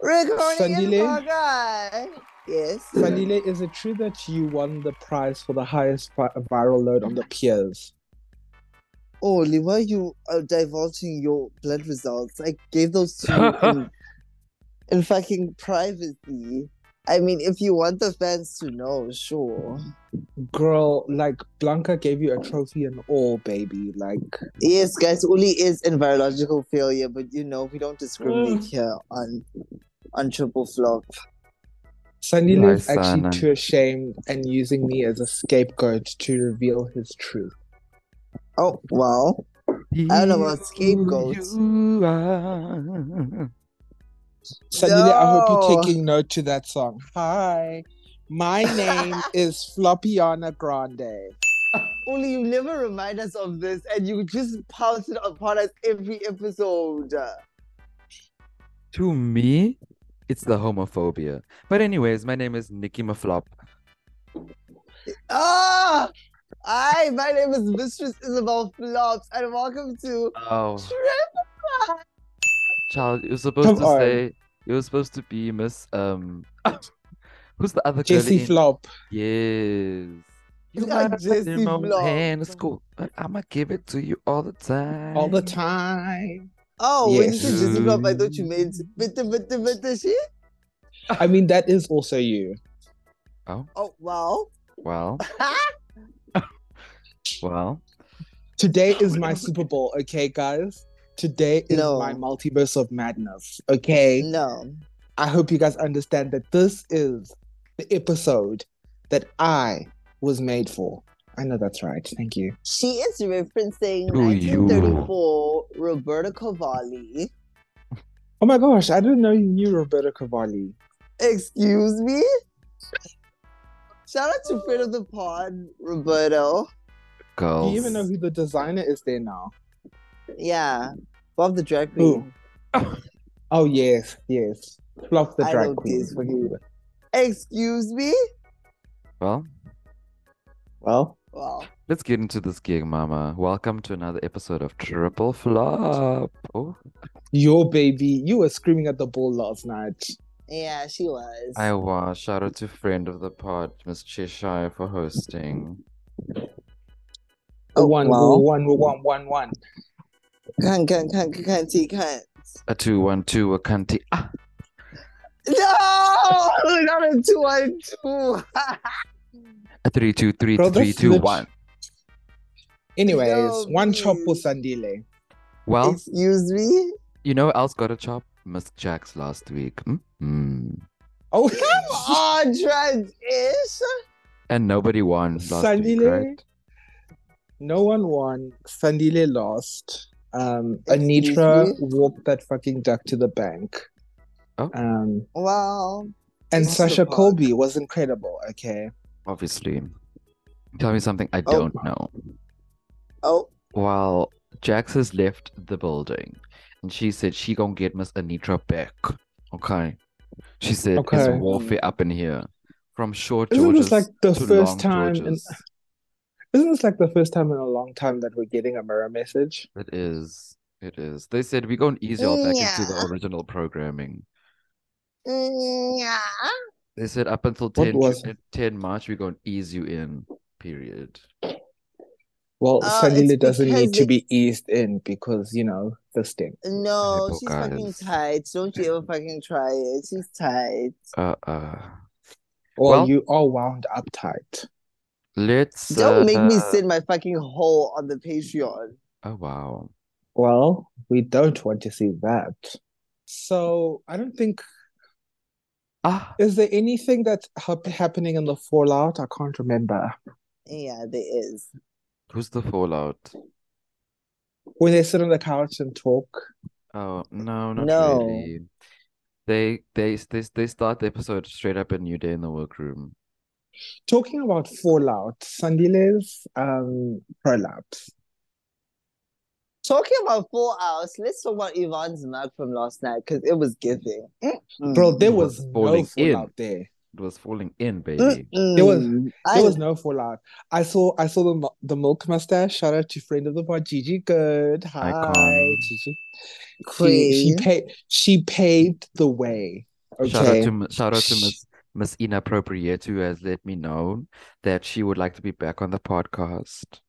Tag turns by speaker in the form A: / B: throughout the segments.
A: We're going
B: Sandile?
A: to get Gaga. Yes.
B: Sandile, is it true that you won the prize for the highest vi- viral load on the peers?
A: Oliver, you are divulging your blood results. I gave those to you in, in fucking privacy. I mean, if you want the fans to know, sure.
B: Girl, like Blanca gave you a trophy and all, baby. Like
A: Yes, guys, Uli is in virological failure, but you know, we don't discriminate
B: Mm.
A: here on on triple flop.
B: Sandile is actually
C: Lysana.
B: too ashamed and using me as a scapegoat to reveal his truth.
A: Oh, well. I don't know about scapegoats.
C: You are-
B: Sandile, I
A: No.
B: hope you're taking note to that song. Hi. My name is Flopiana Grande.
A: Uli, you never remind us of this, and you just pounce it upon us every episode.
C: To me, it's the homophobia. But anyways, my name is Nikki Maflop.
A: Ah! Hi, my name is Mistress Isabel Flops, and welcome to
C: Oh,
A: Trip.
C: child, you were supposed
B: Come
C: to
B: on.
C: say you were supposed to be Miss um. Who's the other girl?
B: Jesse Flop.
C: Yes. You
A: Yeah,
C: might
A: Jessie
C: in my
A: Flop.
C: hand at school, but I'ma give it to you all the time.
B: All the time.
A: Oh, when you
B: Yes.
A: said Jesse Flop, I thought you meant bitter, bitter, bitter shit.
B: I mean, that is also you.
A: Oh, well.
C: Well, well.
B: Today is my Super Bowl, okay, guys? Today is
A: No.
B: my multiverse of madness, okay?
A: no.
B: I hope you guys understand that this is the episode that I was made for. I know that's right. Thank you.
A: She is referencing
C: Who you?
A: 1934 Roberta Cavalli.
B: Oh my gosh, I didn't know you knew Roberta Cavalli.
A: Excuse me? Shout out to friend of the pod, Roberto.
C: Girls.
B: Do you even know who the designer is there now?
A: Yeah. Bob the drag
B: Who?
A: queen.
B: Oh yes, yes. Flop the
A: I
B: drag
A: know
B: queen.
A: this for you. Excuse me?
C: Well,
B: Well,
A: Well,
C: let's get into this gig, Mama. Welcome to another episode of Triple Flop. Oh,
B: your baby, you were screaming at the ball last night.
A: yeah, she was.
C: I was. Shout out to friend of the pod, Miss Cheshire, for hosting.
A: Oh,
B: One,
A: well.
B: one, one, one, one.
A: Can't, can't, can't, can't, can't, can't.
C: A two one two a cunty. Ah,
A: No! Not a two on two.
C: a three two three
B: Bro,
C: three
B: that's
C: two
B: lit-
C: one.
B: Anyways,
A: No,
B: one chop for
A: please.
B: Sandile.
C: Well,
A: Excuse me?
C: you know what else got a chop? Miss Jax last week. Mm-hmm. Mm-mm.
B: Oh,
A: Come on, Trent ish.
C: And nobody won last week,
B: Sandile?
C: right?
B: no one won. Sandile lost. Um,
A: Excuse
B: Anitra
A: me?
B: walked that fucking duck to the bank.
C: Oh.
B: Um,
A: Well,
B: and
A: That's the
B: Sasha
A: bug.
B: Colby was incredible. Okay.
C: Obviously. Tell me something I
A: Oh.
C: don't know.
A: oh,
C: Well, Jax has left the building, and she said she gonna get Miss Anitra back. Okay. She said it's
B: Okay.
C: warfare up in here, from short
B: Isn't
C: Georges
B: this like the
C: to
B: first
C: long
B: time? In,
C: Georges.
B: isn't this like the first time in a long time that we're getting a mirror message?
C: It is. It is. They said we gonna ease y'all back into the
A: Yeah.
C: original programming.
A: yeah.
C: They said up until
B: What
C: 10, Ju-
B: was
C: uh, 10 March, we're gonna ease you in. Period.
B: Well,
A: Oh,
B: Sandile
A: it's
B: doesn't need
A: because
B: to be eased in because you know this thing.
A: No,
C: Hey,
A: she's
C: Pocahontas.
A: fucking tight. Don't you ever fucking try it. She's tight.
C: Uh uh.
B: Or
C: Well-
B: you are wound up tight.
C: Let's
A: Don't make me
C: uh,
A: send my fucking hole on the Patreon.
C: Oh wow.
B: Well, we don't want to see that. So I don't think
C: Ah
B: Is there anything that's hap- happening in the fallout? I can't remember.
A: Yeah, there is.
C: who's the fallout?
B: When they sit on the couch and talk.
C: Oh no, not
A: No.
C: really. They they they they start the episode straight up a new day in the workroom.
B: Talking about fallout, Sandile's um, prolapse.
A: Talking about full hours, let's talk about Yvonne's mug from last night because it was giving. Mm-hmm.
B: Bro, there
C: Mm.
B: was no
C: Falling in.
B: fallout there.
C: It was falling in, baby.
A: It
B: There was- There was no fallout. I saw I saw the mu- the milk mustache. Shout out to friend of the pod, Gigi Good. Hi,
C: Icon.
B: Gigi. She, she paid she paved the way
C: Shout out
B: Okay.
C: to m- shout out to
B: Sh-
C: Miss Miss Inappropriate who has let me know that she would like to be back on the podcast.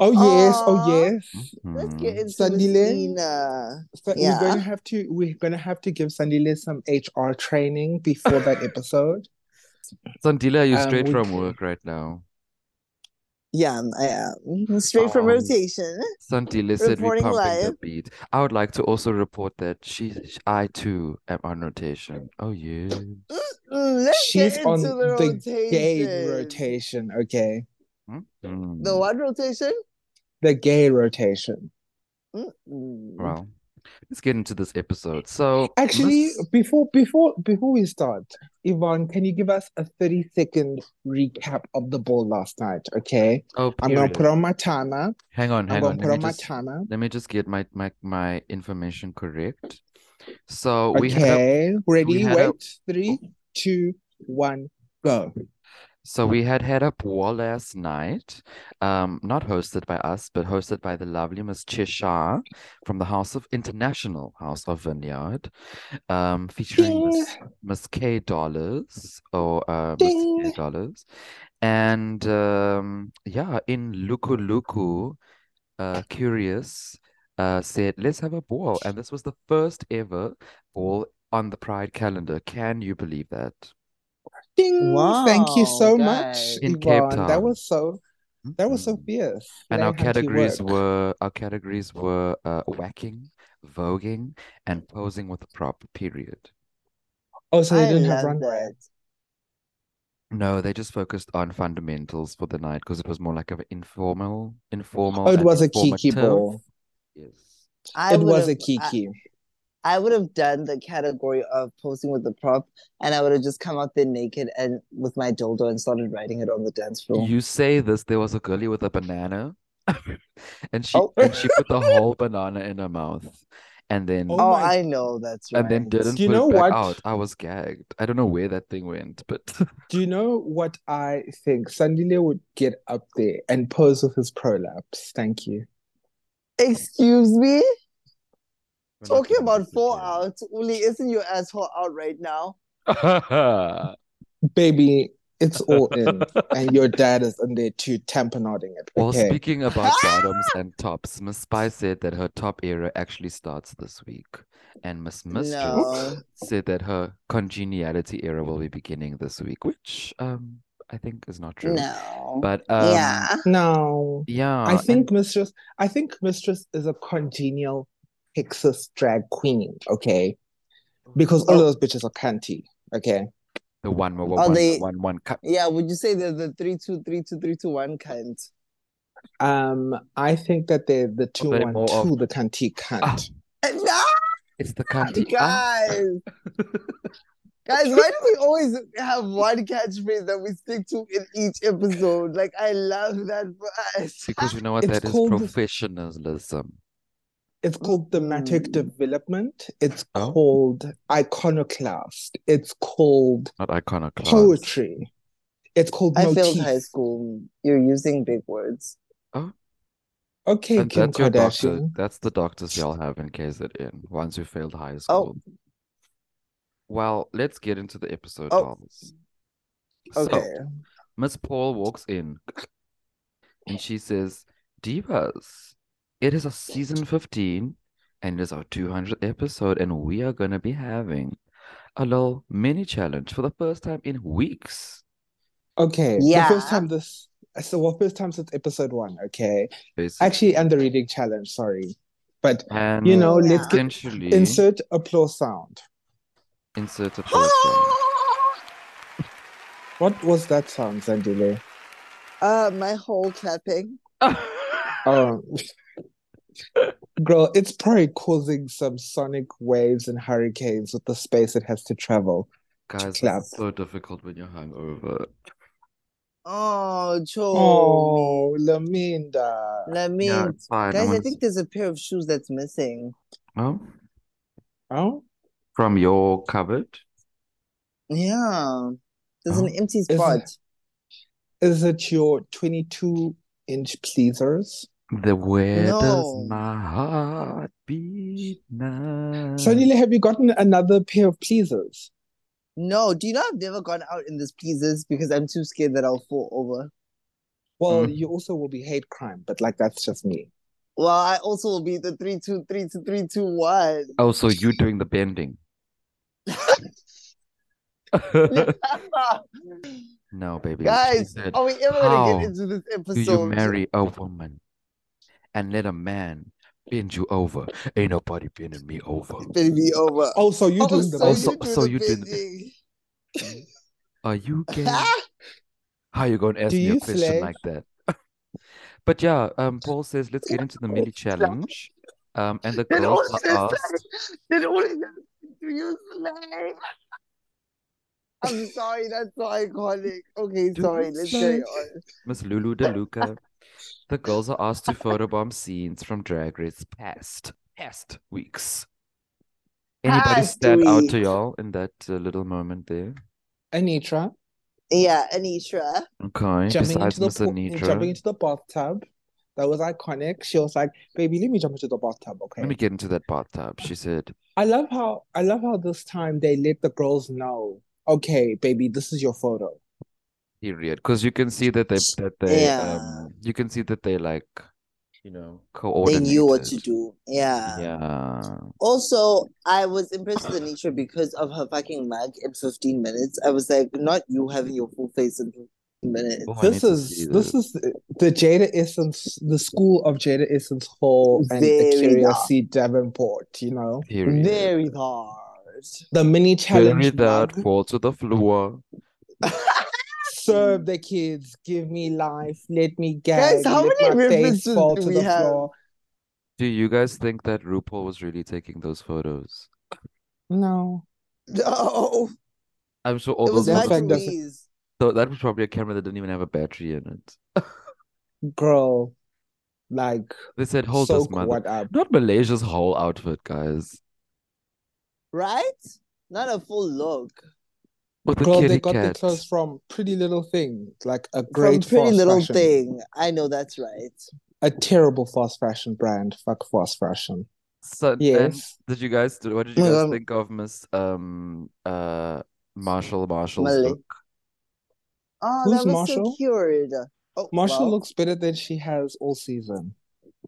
B: Oh yes, oh
A: Aw.
B: yes.
A: Let's
C: Mhm.
A: get into
B: Sandile?
A: Sandile.
B: So
A: Yeah.
B: we're gonna have to we're gonna have to give Sandile some HR training before that episode.
C: Sandila, are you
B: Um,
C: straight
B: we
C: from
B: can-
C: work right now?
A: Yeah, I am Mm-hmm. straight from
B: Um,
A: rotation.
C: Sandila said we're
A: Reporting
C: pumping the
A: live.
C: beat. I would like to also report that she, I too am on rotation. Oh yeah.
A: Mm, Let's
B: She's
A: get
B: on
A: into the,
B: the
A: rotation.
B: Gay rotation, okay.
C: Mhm.
A: The what rotation? Mm-hmm.
B: The gay rotation.
A: Mm-mm.
C: Well, let's get into this episode. So
B: Actually,
C: Miss-
B: before before before we start, Yvonne, can you give us a 30 second recap of the ball last night? Okay.
C: oh,
B: I'm gonna
C: period.
B: put on my timer.
C: hang on,
B: I'm
C: hang
B: gonna
C: on.
B: put
C: Let
B: on
C: me
B: my
C: just
B: timer.
C: let me just get my my my information correct. So we had a
B: Okay. Ready?
C: had a-
B: Wait. Three, two, one, go.
C: So we had had a ball last night, um, not hosted by us, but hosted by the lovely Miss Cheshire from the House of International House of Vineyard, um, featuring
B: Ding.
C: Miss Miss K Dollars or uh, Miss K
B: Ding.
C: Dollars, and um, yeah, in Luku Luku, uh, curious, uh, said let's have a ball, and this was the first ever ball on the Pride calendar. Can you believe that?
B: Ding. Thank you so
A: Wow,
B: much,
A: guys.
C: In Cape
B: Yvonne. That
C: Town.
B: was so that was so
C: Mhm.
B: fierce.
C: And our
B: Lay hunty
C: categories
B: work.
C: were our categories were uh, whacking, voguing, and posing with a prop. Period.
B: Oh, so they
A: I
B: didn't have
A: love
B: runway.
A: that.
C: No, they just focused on fundamentals for the night because it was more like of an informal, informal.
B: Oh, it
C: and
B: was a kiki
C: informative.
B: ball.
C: Yes.
A: I
B: It
A: would've-
B: was a
A: I-
B: kiki.
A: I would have done the category of posing with the prop, and I would have just come out there naked and with my dildo and started writing it on the dance floor.
C: You say this. There was a girlie with a banana, and she
A: Oh.
C: and she put the whole banana in her mouth, and then
A: Oh,
B: Oh my-
A: I know that's right.
C: and then didn't
B: You
C: put
B: know
C: it back
B: what?
C: out. I was gagged. I don't know where that thing went, but
B: Do you know what I think? Sandile would get up there and pose with his prolapse. Thank you.
A: Excuse me?
C: we're not
A: Talking
C: doing
A: about
C: this
A: four
C: again.
A: out, Uli, isn't your asshole out right now?
B: Baby, it's all in. and your dad is in there too, tamponading it.
C: Well,
B: Okay.
C: speaking about bottoms and tops, Miss Spy said that her top era actually starts this week, and Miss Mistress
A: No.
C: said that her congeniality era will be beginning this week, which um I think is not true.
A: No.
C: But um,
A: yeah.
B: no.
C: yeah,
B: I
C: Ah, and
B: think Mistress I think Mistress is a congenial Texas drag queen, okay? Because all
A: Oh.
B: those bitches are cunty, okay?
C: the one one one
A: Are
C: one
A: they-
C: one one cut.
A: Yeah, would you say they're the three two three two three two one kind?
B: Um, I think that they're the two
C: they're
B: one
C: more of-
B: two, the cunty cunt.
C: Ah.
A: No,
C: It's
A: Oh
C: the cunty. Ah,
A: guys. Guys, why do we always have one catchphrase that we stick to in each episode? Like, I love that for us.
C: because you know what
B: It's
C: that is
B: called-
C: professionalism.
B: It's called thematic
A: Mm.
B: development. It's
C: Oh.
B: called iconoclast. It's called
C: Not iconoclast.
B: poetry. It's called
A: I failed
B: motif.
A: high school. You're using big words.
B: Okay,
C: And
B: Kim
C: that's your doctor.
B: Kardashian.
C: That's the doctors y'all have in KZN once you failed
B: Oh.
C: high school. Well, let's get into the episode,
A: Oh.
C: dolls.
A: Okay.
C: So, Miss Paul walks in and she says, Divas, it is a season 15 and it is our 200th episode, and we are going to be having a little mini challenge for the first time in weeks.
B: Okay,
A: Yeah.
B: the first time this. So, well, first time since episode one. Okay,
C: Basically.
B: actually, and the reading challenge. Sorry, but
C: and
B: you know,
A: Yeah.
B: let's get,
C: potentially
B: insert applause sound.
C: insert a person.
A: Ah!
B: What was that sound, Zandile?
A: uh, my whole clapping.
B: Um, girl, it's probably causing some sonic waves and hurricanes with the space it has to travel.
C: Guys,
B: clap.
C: this is so difficult when you're hungover.
A: Oh, Cho.
B: Oh, Laminda.
A: I mean,
C: Yeah, it's fine.
A: guys,
C: I'm
A: I
C: on-
A: think there's a pair of shoes that's missing.
C: Oh,
B: Oh,
C: from your cupboard.
A: Yeah. There's an
C: Oh,
A: empty
B: it-
A: spot.
B: is it your 22 inch pleasers?
C: The where
A: No.
C: does my heart beat now?
B: Suddenly, have you gotten another pair of pleasers?
A: No, do you know I've never gone out in this pleases because I'm too scared that I'll fall over.
B: Well,
C: Mm.
B: you also will be hate crime, but like that's just me.
A: Well, I also will be the three two three two three two one.
C: Oh, so you doing the bending? no, baby. she
A: Guys, oh,
C: said,
A: are we ever gonna
C: how
A: get into this
C: do
A: episode?
C: you marry a woman and let a man bend you over? Ain't nobody bending me over.
A: It'll be over.
B: Oh, so you
A: Oh,
B: doing
A: so
B: the
C: Also-
A: you do
C: so
A: the
C: you did the-
A: bending.
C: Are you gay? How you gonna ask
B: Do
C: me a
B: you
C: question
B: slay?
C: like that? But yeah, um, Paul says let's get into the mini challenge. Um, and the
A: Did all
C: girls
A: of
C: are
A: this-
C: asked,
A: did all of this- do you slay? I'm sorry, that's so iconic. Okay,
C: Do
A: sorry,
C: you
A: let's
B: slay?
A: carry on.
C: Miss Lulu De Luca, the girls are asked to photobomb scenes from Drag Race past past weeks. Anybody
A: Past
C: stand out to
A: weeks.
C: y'all in that uh, little moment there?
B: Anitra
A: Yeah, Anitra.
C: Okay,
B: jumping
C: besides
B: into the
C: Miss
B: pool, jumping
C: Anitra.
B: into the bathtub. That was iconic. She was like, "Baby, let me jump into the bathtub, okay?"
C: Let me get into that bathtub. She said,
B: I love how I love how this time they let the girls know, okay, baby, this is your photo.
C: Oh, period. Because you can see that they that they
A: Yeah.
C: um you can see that they like, you know,
A: They
C: coordinated.
A: knew what to do.
B: Um,
A: Yeah.
C: Yeah.
A: Also, I was impressed with Anitra because of her fucking mug in 15 minutes. I was like, not you having your full face in 15 minutes.
C: Oh, I need
B: This
C: to see
B: is this is the Jada Essence, the school of Jada Essence Hall and
A: Very
B: Victoria
A: dark.
B: C. Davenport. You know
C: Period.
A: Very hard.
B: the mini
C: Bury
B: challenge
C: that,
B: mug.
C: fall to the floor.
B: Serve the kids, give me life, let me
A: Guys,
B: gag,
A: how
B: let
A: many
B: my face
A: references
B: fall
A: do
B: to
A: we
B: the
A: have?
B: floor.
C: Do you guys think that RuPaul was really taking those photos?
B: No,
A: No.
C: I'm sure all
A: It
C: those
A: was my
C: photos,
B: That's like-
A: Louise.
C: so that was probably a camera that didn't even have a battery in it.
B: girl, like
C: They said, "Hold this
B: soak
C: mother."
B: what up.
C: Not Malaysia's whole outfit, guys.
A: Right? Not a full look.
C: With the
B: Girl, they
C: kitty
B: got the
C: cat.
B: clothes from Pretty Little Thing, like a
A: From
B: great
A: Pretty
B: fast
A: Little
B: fashion.
A: Thing. I know that's right.
B: a terrible fast fashion brand. Fuck fast fashion.
C: So, and
B: Yes.
C: did you guys do? What did you
A: my
C: guys
A: God.
C: think of Miss um uh Marshall Marshall's
A: Malay.
C: look?
A: Oh,
B: Who's
A: that was so
B: Marshall?
A: cute. Oh,
B: Marshall
A: well,
B: looks better than she has all season.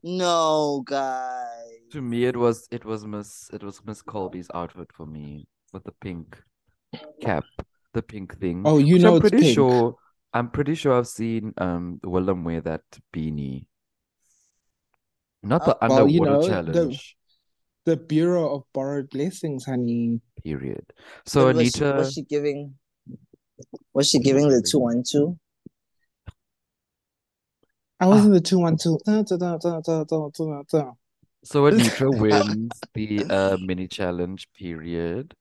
A: No, guys.
C: To me, it was it was Miss it was Miss Colby's outfit for me with the pink cap, the pink
A: Mm.
C: thing.
B: Oh, you
C: Which
B: know
C: I'm
B: it's
C: pretty
B: pink.
C: sure I'm pretty sure I've seen um Willem wear that beanie. Not the
A: Uh,
B: well, you
C: underwater
B: know, the-
C: challenge
B: The Bureau of Borrowed Blessings, honey.
C: period. So
A: But was she,
C: Anita,
A: was she giving? Was she giving the two one two?
B: I was in the two one two. Da, da, da, da, da, da, da, da.
C: so Anita wins the uh mini challenge period.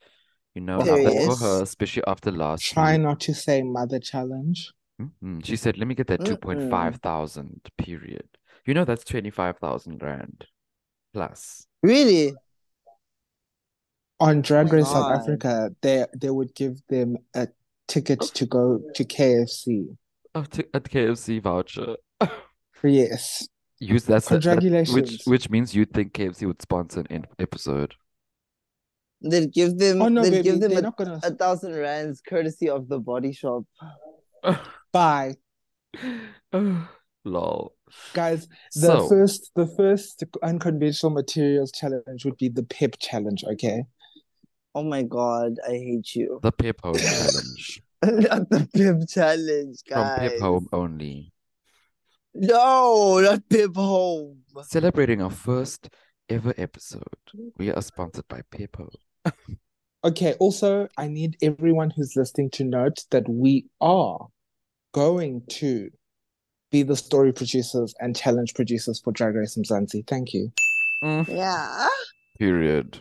C: You know, I
A: Period.
C: for her, especially after last
B: Try
C: week.
B: not to say mother challenge.
C: Mhm. She
B: Mm-hmm.
C: said, "Let me get that two point five thousand period." You know, that's twenty five thousand rand plus.
A: Really?
B: On Drag
A: Oh my
B: Race South
A: God.
B: Africa, they they would give them a ticket to go to KFC.
C: Oh, t a KFC voucher.
B: Yes.
C: Use that's the- that- which
B: Congratulations.
C: which means you think KFC would sponsor an en- episode.
A: They'd give them.
B: Oh no,
A: they'd
B: baby,
A: give them
B: they're
A: a,
B: not gonna
A: a thousand rands courtesy of the Body Shop.
B: buy
C: Lol.
B: guys. The
C: So,
B: first, the first unconventional materials challenge would be the pip challenge. Okay,
A: Oh my God, I hate you.
C: the Pip Home challenge
A: not the Pip Challenge,
C: from
A: guys.
C: Pip Home only,
A: No, not Pip Home.
C: celebrating our first ever episode. We are sponsored by Pip Home.
B: okay. Also, I need everyone who's listening to note that we are going to be the story producers and challenge producers for Drag Race Mzansi. Thank you.
C: Mm,
A: Yeah.
C: period.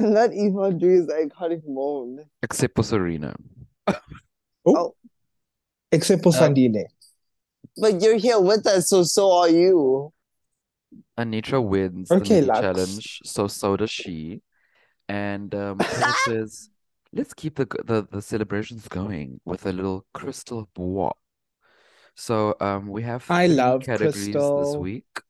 A: Not Eva Drew's iconic moan.
C: Except for Serena.
A: Oh.
B: Except for
C: Uh,
B: Sandile.
A: But you're here with us, so so are you.
C: Anitra wins the
B: Okay,
C: mini
B: Lux.
C: challenge, so so does she. And um, Paul says, "Let's keep the, g- the the celebrations going with a little crystal bois." So um, we have
B: I
C: three
B: love
C: categories this
B: Crystal.
C: week.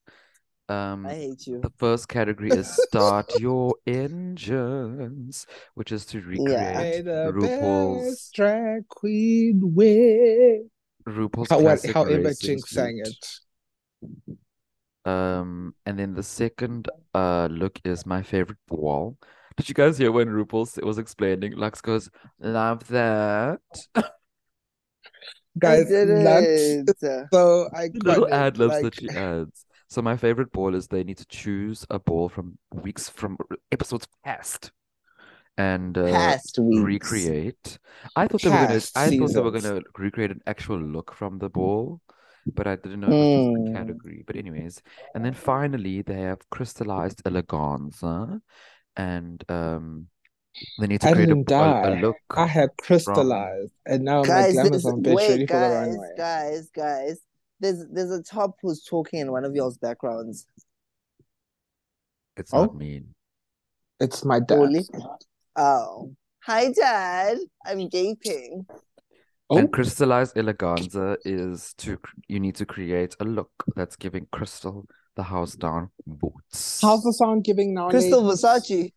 C: Um,
A: I hate you.
C: the first category is start your engines, which is to
B: May
C: recreate
B: the
C: RuPaul's
B: best drag queen win.
C: RuPaul's
B: How, what,
C: classic
B: however,
C: racing
B: Jinx sang
C: suit.
B: it.
C: Um, and then the second uh look is my favorite wall. Did you guys hear when RuPaul s- was explaining? Lux goes, "Love that."
A: I
B: Guys,
A: did
B: that's
A: it.
B: so
C: Little
B: iconic.
C: ad libs
B: like,
C: that she adds. So my favorite ball is they need to choose a ball from weeks from r- episodes past, and uh,
A: Past weeks.
C: recreate. I thought they were gonna.
B: Past
C: I thought they were
B: seasons.
C: gonna recreate an actual look from the ball, but I didn't know it was just
B: Hmm.
A: Mm.
C: a category. But anyways, and then finally they have crystallized eleganza, and um, they need to
B: I
C: create a,
B: didn't
C: a, a
B: die.
C: look.
B: I had crystallized, and now my
A: Guys,
B: glamour's
A: there's-
B: on bitch ready
A: wait,
B: for the
A: guys,
B: runway.
A: guys, guys. There's there's a top who's talking in one of y'all's backgrounds.
C: It's
B: Oh.
C: not mean.
B: It's my
A: Oli.
B: dad.
A: Oh, hi, Dad. I'm gaping.
B: Oh,
C: And crystallized eleganza is to cr- you need to create a look that's giving crystal the house down boots.
B: how's the sound giving now?
A: Crystal
B: ladies?
A: Versace.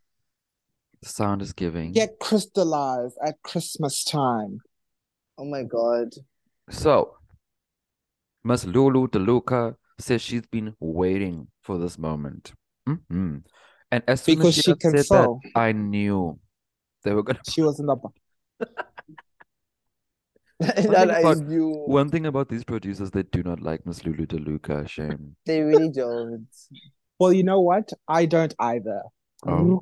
C: The sound is giving.
B: Get crystallized at Christmas time.
A: Oh my god.
C: So, Miss Lulu DeLuca says she's been waiting for this moment. hmm And as soon
B: Because
C: as
B: she
C: she,
B: can
C: said
B: sew.
C: that, I knew they were gonna.
B: She was in the ba-
A: that
C: thing
A: I
C: about-
A: knew.
C: One thing about these producers, they do not like Miss Lulu DeLuca. Shame.
A: They really don't.
B: Well, you know what? I don't either.
C: Oh.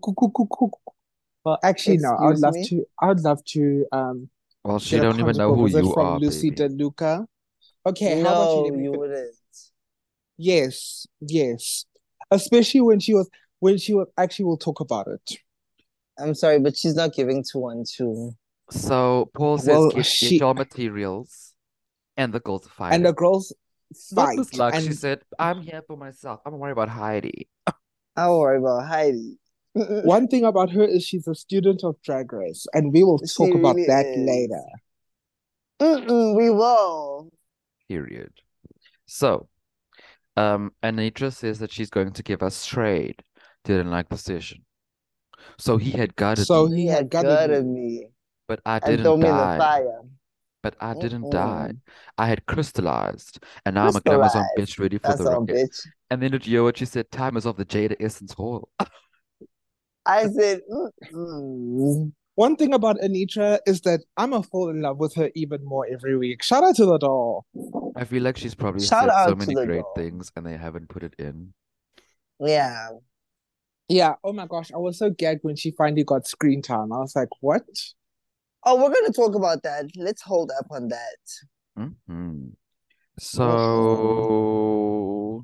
B: Well, actually, no. I would
A: Excuse
B: love
A: me?
B: to. I would love to. Um,
C: Well, she
B: get a
C: don't even know
B: conjugal
C: who
B: visit
C: you
B: from
C: are,
B: Lucy
C: baby.
B: DeLuca. Okay, how about
A: no,
B: you? let me
A: you
B: fin-
A: wouldn't.
B: Yes, yes. Especially when she was when she was actually we'll talk about it.
A: I'm sorry, but she's not giving to one too.
C: So Paul says,
B: Well,
C: "Get, get
B: she-
C: your materials, and the girls fight."
B: And the girls
C: Not
B: fight.
C: Miss Lux. She
B: and
C: said, "I'm here for myself. I'm worried about Heidi."
A: I don't worry about Heidi.
B: one thing about her is she's a student of drag race, and we will
A: She
B: talk about
A: really
B: that
A: is.
B: later.
A: Mm-mm, we will.
C: Period. So, um, Anitra says that she's going to give us trade. Didn't like the session, so he had gutted
B: So
C: me,
B: he
A: Yeah,
B: had gutted
A: good
B: me.
A: of me.
C: but I
A: And throw
C: didn't
A: me in the
C: die.
A: fire.
C: But I didn't
A: Mm-mm.
C: die. I had crystallized, and now I'm a glamorous on bitch ready for
A: That's
C: the
A: all,
C: rocket.
A: bitch.
C: And then did you hear what she said? Time is of the Jada Essence Hall.
A: I said, mm-mm.
B: One thing about Anitra is that I'm gonna fall in love with her even more every week. Shout out to the doll.
C: I feel like she's probably
A: Shout
C: said so
A: out to
C: many
A: the
C: great
A: girl.
C: things, and they haven't put it in.
A: yeah.
B: Yeah. Oh my gosh, I was so gagged when she finally got screen time. I was like, what?
A: Oh, we're going to talk about that. Let's hold up on that.
C: hmm So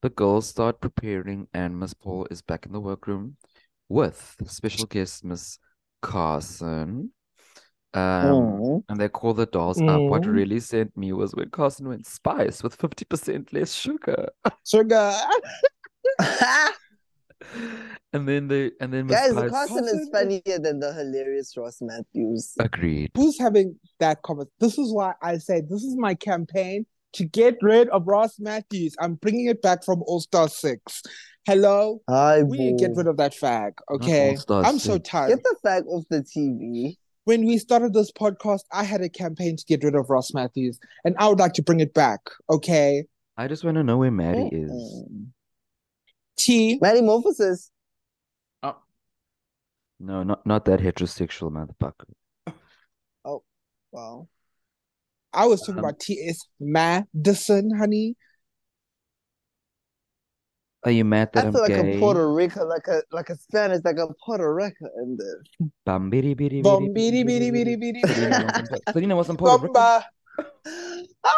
C: the girls start preparing, and Miss Paul is back in the workroom with special guest Miss Carson. Um,
A: Mm.
C: and they call the dolls up. What
B: Mm.
C: really sent me was when Carson went spice with 50% less sugar.
B: Sugar.
C: And then they and then Miss
A: Guys,
C: Spice
A: Carson is
B: Carson-
A: funnier than the hilarious Ross Matthews.
C: Uh, agreed.
B: who's having that comment? This is why I say this is my campaign to get rid of Ross Matthews. I'm bringing it back from All Star Six. Hello,
A: Hi,
B: we need to get rid of that fag. Okay,
C: All-Star
B: I'm so
C: Six.
B: tired.
A: Get the fag off the TV.
B: When we started this podcast, I had a campaign to get rid of Ross Matthews, and I would like to bring it back. Okay,
C: I just want to know where Maddie is.
A: Mm-mm.
B: T.
A: Metamorphosis.
C: No, not not that heterosexual motherfucker.
A: Wow.
B: I was talking
C: Um,
B: about T.S. Madison, honey.
C: Are you mad that
A: I
C: I'm
A: feel like
C: gay?
A: a Puerto Rican, like a like a Spanish, like a Puerto Rican in there.
C: Bam, bidi, bidi, bidi,
B: Bom,
C: bidi,
B: bidi,
C: bidi,
B: bidi,
C: bidi.
B: bidi, bidi,
C: Selena
B: bidi.
C: was in Puerto- Selena was in Puerto Rico.
B: Bomba.
A: Ah!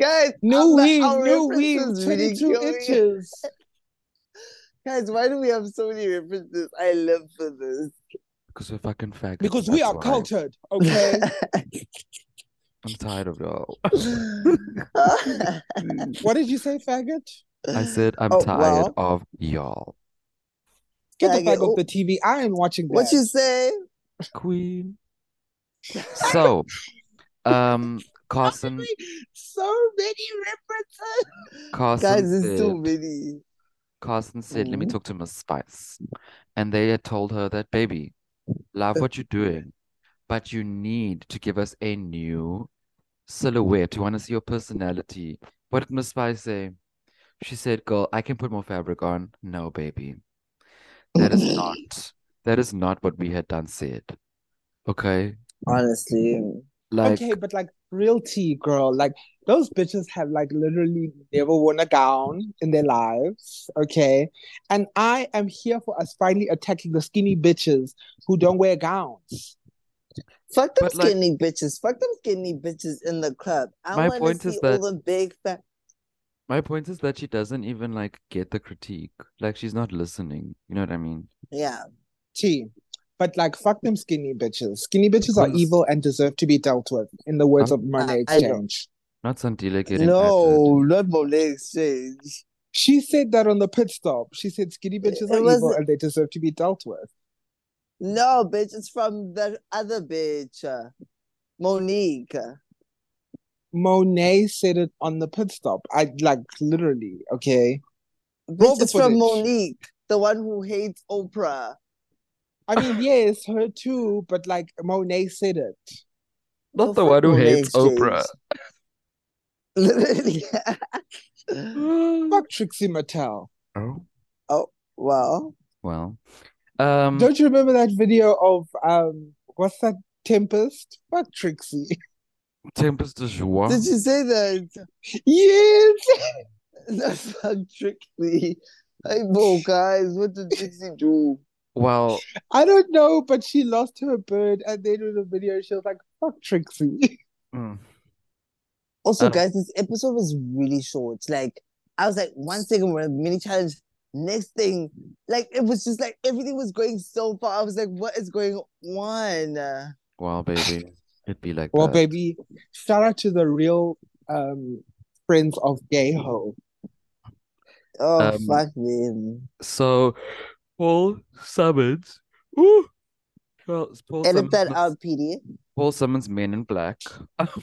A: Guys,
B: New
A: our-
B: wheel,
A: our
B: new wheel,
A: references really
B: 22
A: kill me.
B: inches.
A: Guys, why do we have so many references? I live for this.
C: Because we're fucking faggots.
B: Because we
C: that's
B: are
C: why.
B: cultured, okay?
C: I'm tired of y'all.
B: what did you say, faggot?
C: I said I'm
A: Oh,
C: tired
A: wow.
C: of y'all.
B: Get the
A: Faggot.
B: fag off the TV. I am watching that.
A: What you say?
C: Queen. So, um, Carson,
B: so many references.
C: Carson
A: Guys, it's
C: said,
A: too many.
C: Carson said, let me
B: Mhm.
C: talk to Miss Spice. And they had told her that, baby, love what you're doing, but you need to give us a new silhouette. We want to see your personality. What did Miss Spice say? She said, girl, I can put more fabric on. No, baby. That
B: Mm-hmm.
C: is not that is not what we had done said. Okay?
A: Honestly.
C: Like
B: okay, but like real tea, girl. Like those bitches have like literally never worn a gown in their lives. Okay, and I am here for us finally attacking the skinny bitches who don't wear gowns.
A: Fuck them
C: But, like-
A: skinny bitches. Fuck them skinny bitches in the club. I
C: My
A: wanna
C: point
A: see
C: is that-
A: all the big fat
C: my point is that she doesn't even like get the critique. Like she's not listening. You know what I mean?
A: Yeah.
B: Tea. But like fuck them skinny bitches. Skinny bitches are
C: Because-
B: evil and deserve to be dealt with, in the words of Money
A: I- I know.
B: Exchange.
C: Not Santila getting battered.
A: No, not Monet Exchange.
B: She said that on the pit stop. She said skinny
A: it
B: bitches are evil
A: wasn't-
B: and they deserve to be dealt with.
A: No, bitch, it's from that other bitch. uh, Monique.
B: Monet said it on the pit stop. I like literally, okay. Roll
A: Bitch,
B: the
A: it's from
B: footage.
A: Monique, the one who hates Oprah.
B: I mean, yes, her too, but like Monet said it.
C: Not
A: Oh,
C: the
A: fuck
C: one who
A: Monet
C: hates Oprah.
A: Literally.
B: Fuck Trixie Mattel.
C: Oh,
A: well,
C: well. Um,
B: Don't you remember that video of um what's that Tempest? Fuck Trixie.
C: Tempest de Joie.
A: did you say that?
B: yes.
A: That's not Trixie. Hey, bro, guys, what did Trixie do?
C: Well,
B: I don't know, but she lost her bird at the end of the video. She was like, fuck Trixie.
C: mm, I
A: Also,
C: don't-
A: guys, this episode was really short. Like, I was like, one second we're in a mini challenge. Next thing, like, it was just like everything was going so far. I was like, what is going on?
C: well, baby, it'd be like
B: well,
C: that.
B: baby, shout out to the real um friends of Gay Ho.
A: Oh,
C: Um,
A: fuck them.
C: So, Paul summons. Ooh, Paul, Paul
A: Edit
C: summons.
A: that
C: Miss-
A: out, PD.
C: Paul summons Men in Black.
A: Not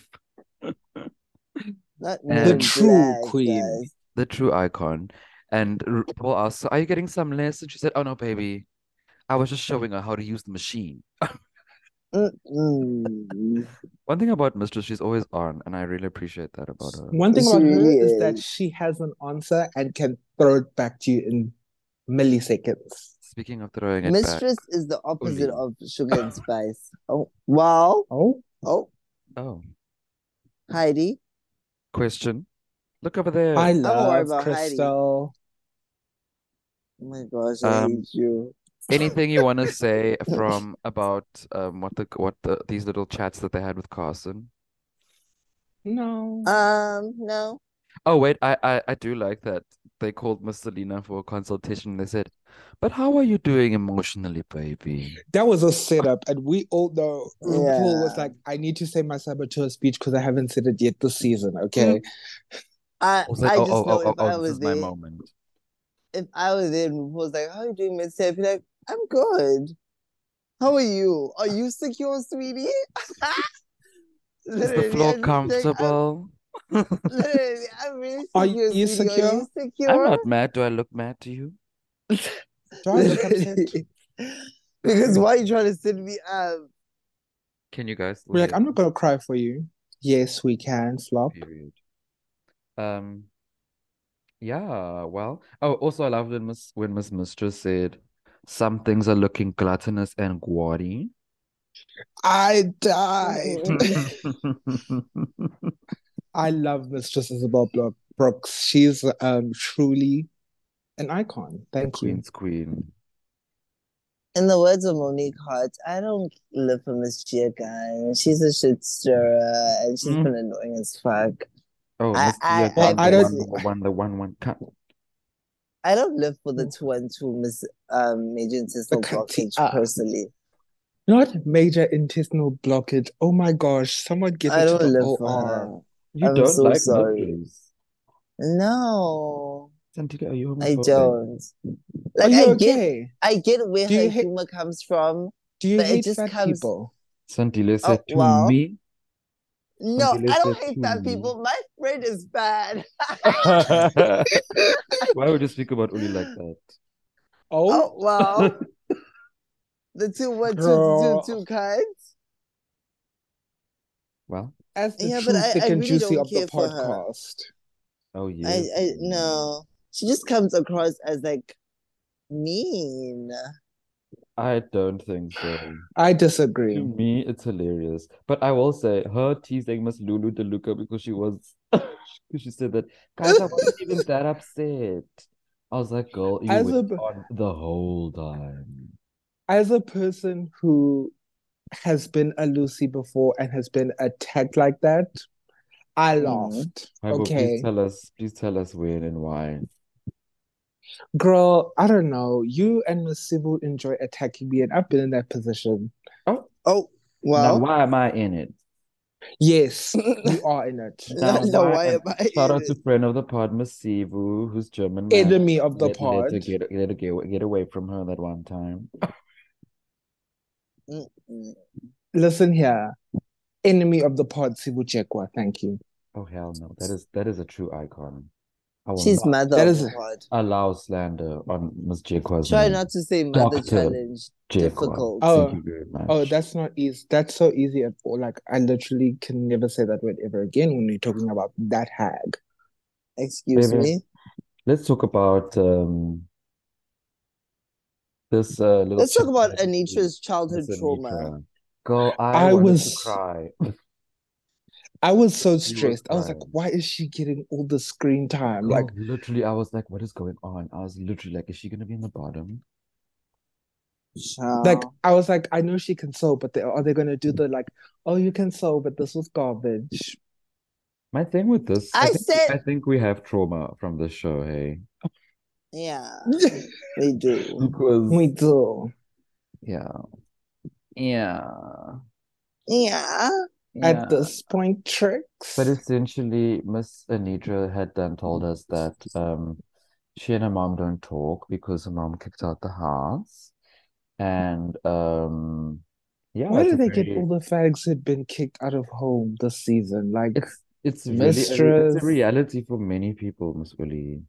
C: The
A: Men in
B: true
A: Black,
B: queen.
A: guys.
C: the true icon. And R- Paul asks, so "Are you getting some less?" And she said, "Oh no, baby, I was just showing her how to use the machine."
A: Mm-mm.
C: One thing about Mistress, she's always on, and I really appreciate that about her.
B: One thing
A: She
B: about her
A: really
B: is that
A: is.
B: she has an answer and can throw it back to you in milliseconds.
C: Speaking of throwing it
A: Mistress is the opposite
C: Fully.
A: of sugar and spice. Oh, wow.
B: Oh,
A: Oh,
C: back, oh,
A: Heidi.
C: question. Look over there.
B: I
A: worry
B: love
A: about Heidi.
B: Crystal.
A: Oh my gosh, I
C: Um,
A: hate you.
C: Anything you want to say from about um what the what the these little chats that they had with Carson?
B: No.
A: Um, no.
C: Oh wait, I I, I do like that they called Miss Selena for a consultation. They said, "But how are you doing emotionally, baby?"
B: That was a setup, and we all know RuPaul was
A: Yeah.
B: like, I need to say my saboteur speech because I haven't said it yet this season, okay?
A: Mm. I,
C: I was like,
A: I
C: "Oh
A: just
C: oh
A: know
C: oh oh,
A: if I
C: oh this
A: was
C: is my
A: there,
C: moment."
A: if I was there, and was like, "How are you doing, Miss Taff?" I'd be Like, I'm good. How are you? Are you secure, sweetie?
C: Is
A: Literally,
C: the floor
A: I'm just like, I'm-
C: comfortable?
A: literally, I'm really
B: Are
A: secure,
B: you
A: sweetie. Are you
C: I'm
A: secure?
C: not mad. Do I look mad to you?
B: Do I look upset?
A: because why are you trying to send me up?
C: Can you guys still
B: We're like,
C: hear
B: I'm
C: me?
B: not gonna cry for you. Yes, we can, flop.
C: Period. Um, yeah, well, oh, also I love when Miss when Miss Mistress said some things are looking gluttonous and gaudy.
B: I died.
C: Mm-hmm. She's
B: I love Mistress Isabel Blo- Brooks. She's um truly an icon. Thank you.
C: Queen's Queen.
A: In the words of Monique Hart, I don't live for Miss Gia Gunn. She's a shit stirrer and she's
C: Mm.
A: been annoying as fuck.
C: Oh,
A: I-
C: Miss
A: I-
C: Gia
B: Well,
C: Gunn,
B: I
C: the
B: don't-
C: one, the one, the one, one. Cut.
A: I don't live for
B: Mm.
A: the two and two Miss um Major Intestinal
B: The cunty
A: Blockage
B: up.
A: personally.
B: Not major intestinal blockage. Oh my gosh, someone give
A: I
B: it to
A: don't
B: the
A: live for
B: OR.
A: her.
C: You
A: I'm
C: don't
A: so
C: like
A: sorry.
C: mistress.
A: No,
C: Santila, are you
A: I
C: homophobic?
A: don't.
B: Are
A: Like
B: you
A: I get
B: okay?
A: I get where
B: Do
A: her
B: you hate-
A: humor comes from.
B: Do you
A: but it
B: hate
A: just
B: fat
A: comes- Oh,
B: people?
C: Santila said to
A: well.
C: me,
A: No, I
B: Okay, let's
A: don't
B: say
A: hate that
B: two.
A: people. My friend is bad.
B: Oh.
C: Why would you speak about Uli like that?
A: Oh
B: Oh,
A: well. the two one two two
B: Girl.
A: two kinds.
C: Well,
B: as the
A: Yeah, but
B: true
A: I- I
B: thick and
A: really
B: juicy
A: don't
B: of the
A: care for her.
B: podcast.
C: oh yeah.
A: I I no. She just comes across as like mean.
C: I don't think so.
B: I
C: To
B: disagree.
C: me, it's hilarious. But I will say her teasing Miss Lulu DeLuca because she was because she said that guys, I wasn't even that upset. I was like, girl, you
B: As
C: were
B: a b-
C: on the whole time.
B: As a person who has been a Lucy before and has been attacked like that, I
A: Mhm.
B: laughed.
C: However,
B: Okay.
C: please tell us, please tell us when and why.
B: Girl, I don't know. You and Miss Sibu enjoy attacking me, and I've been in that position.
A: Oh
C: Now,
A: well.
C: why am I in it?
B: Yes, you are in it.
A: No,
C: Now,
A: no,
C: why
A: why
C: am-
A: am I
C: Shout out
A: in
C: to friend of the pod, Miss Sivu, who's German. man.
B: Enemy of the
C: Let- let her
B: pod.
C: get, let her get, get away from her that one time.
A: it?
B: Listen here. Enemy of the pod, Sibu Chekwa. Thank you.
C: Oh hell no! That is that is a true icon. I will
A: She's
C: not
A: mother
B: That
A: of
B: is
A: the
B: a-
A: pod.
C: allow slander on Miss Jaqua's
A: Try
C: name.
A: not to say mother
C: Doctor
A: challenge. difficult.
B: Oh.
C: Thank you very much.
B: Oh, that's not easy. That's so easy at all. Like, I literally can never say that word ever again when we're talking about that hag.
A: Excuse
C: Maybe.
A: me.
C: Let's talk about um this uh, little.
A: Let's talk
C: chick
A: about
C: that we see.
A: Anitra's childhood
C: Miss
A: trauma.
C: Anitra. Girl, I,
B: I
C: wanted to
B: was-
C: cry.
B: I was so
C: were
B: stressed. I was like,
C: crying.
B: why is she getting all the screen time?
C: Girl,
B: Like,
C: literally, I was like, "What is going on?" I was literally like, "Is she gonna be in the bottom?"
B: like I was like, I know she can sew, but they, are they going to do the like, oh, you can sew, but this was garbage?
C: My thing with this,
A: I
C: think,
A: said-
C: I think we have trauma from this show, hey,
A: yeah, they do.
C: because
B: we do.
C: yeah, yeah,
A: Yeah.
C: yeah.
B: At this point, tricks.
C: But essentially, Miss Anitra had then told us that um, she and her mom don't talk because her mom kicked out the house. And um, yeah,
B: why
C: it's
B: do
C: a
B: they get
C: very-
B: all the fags who'd been kicked out of home this season? Like,
C: It's it's really a- it's
B: Mistress.
C: a reality for many people, Miss Willie.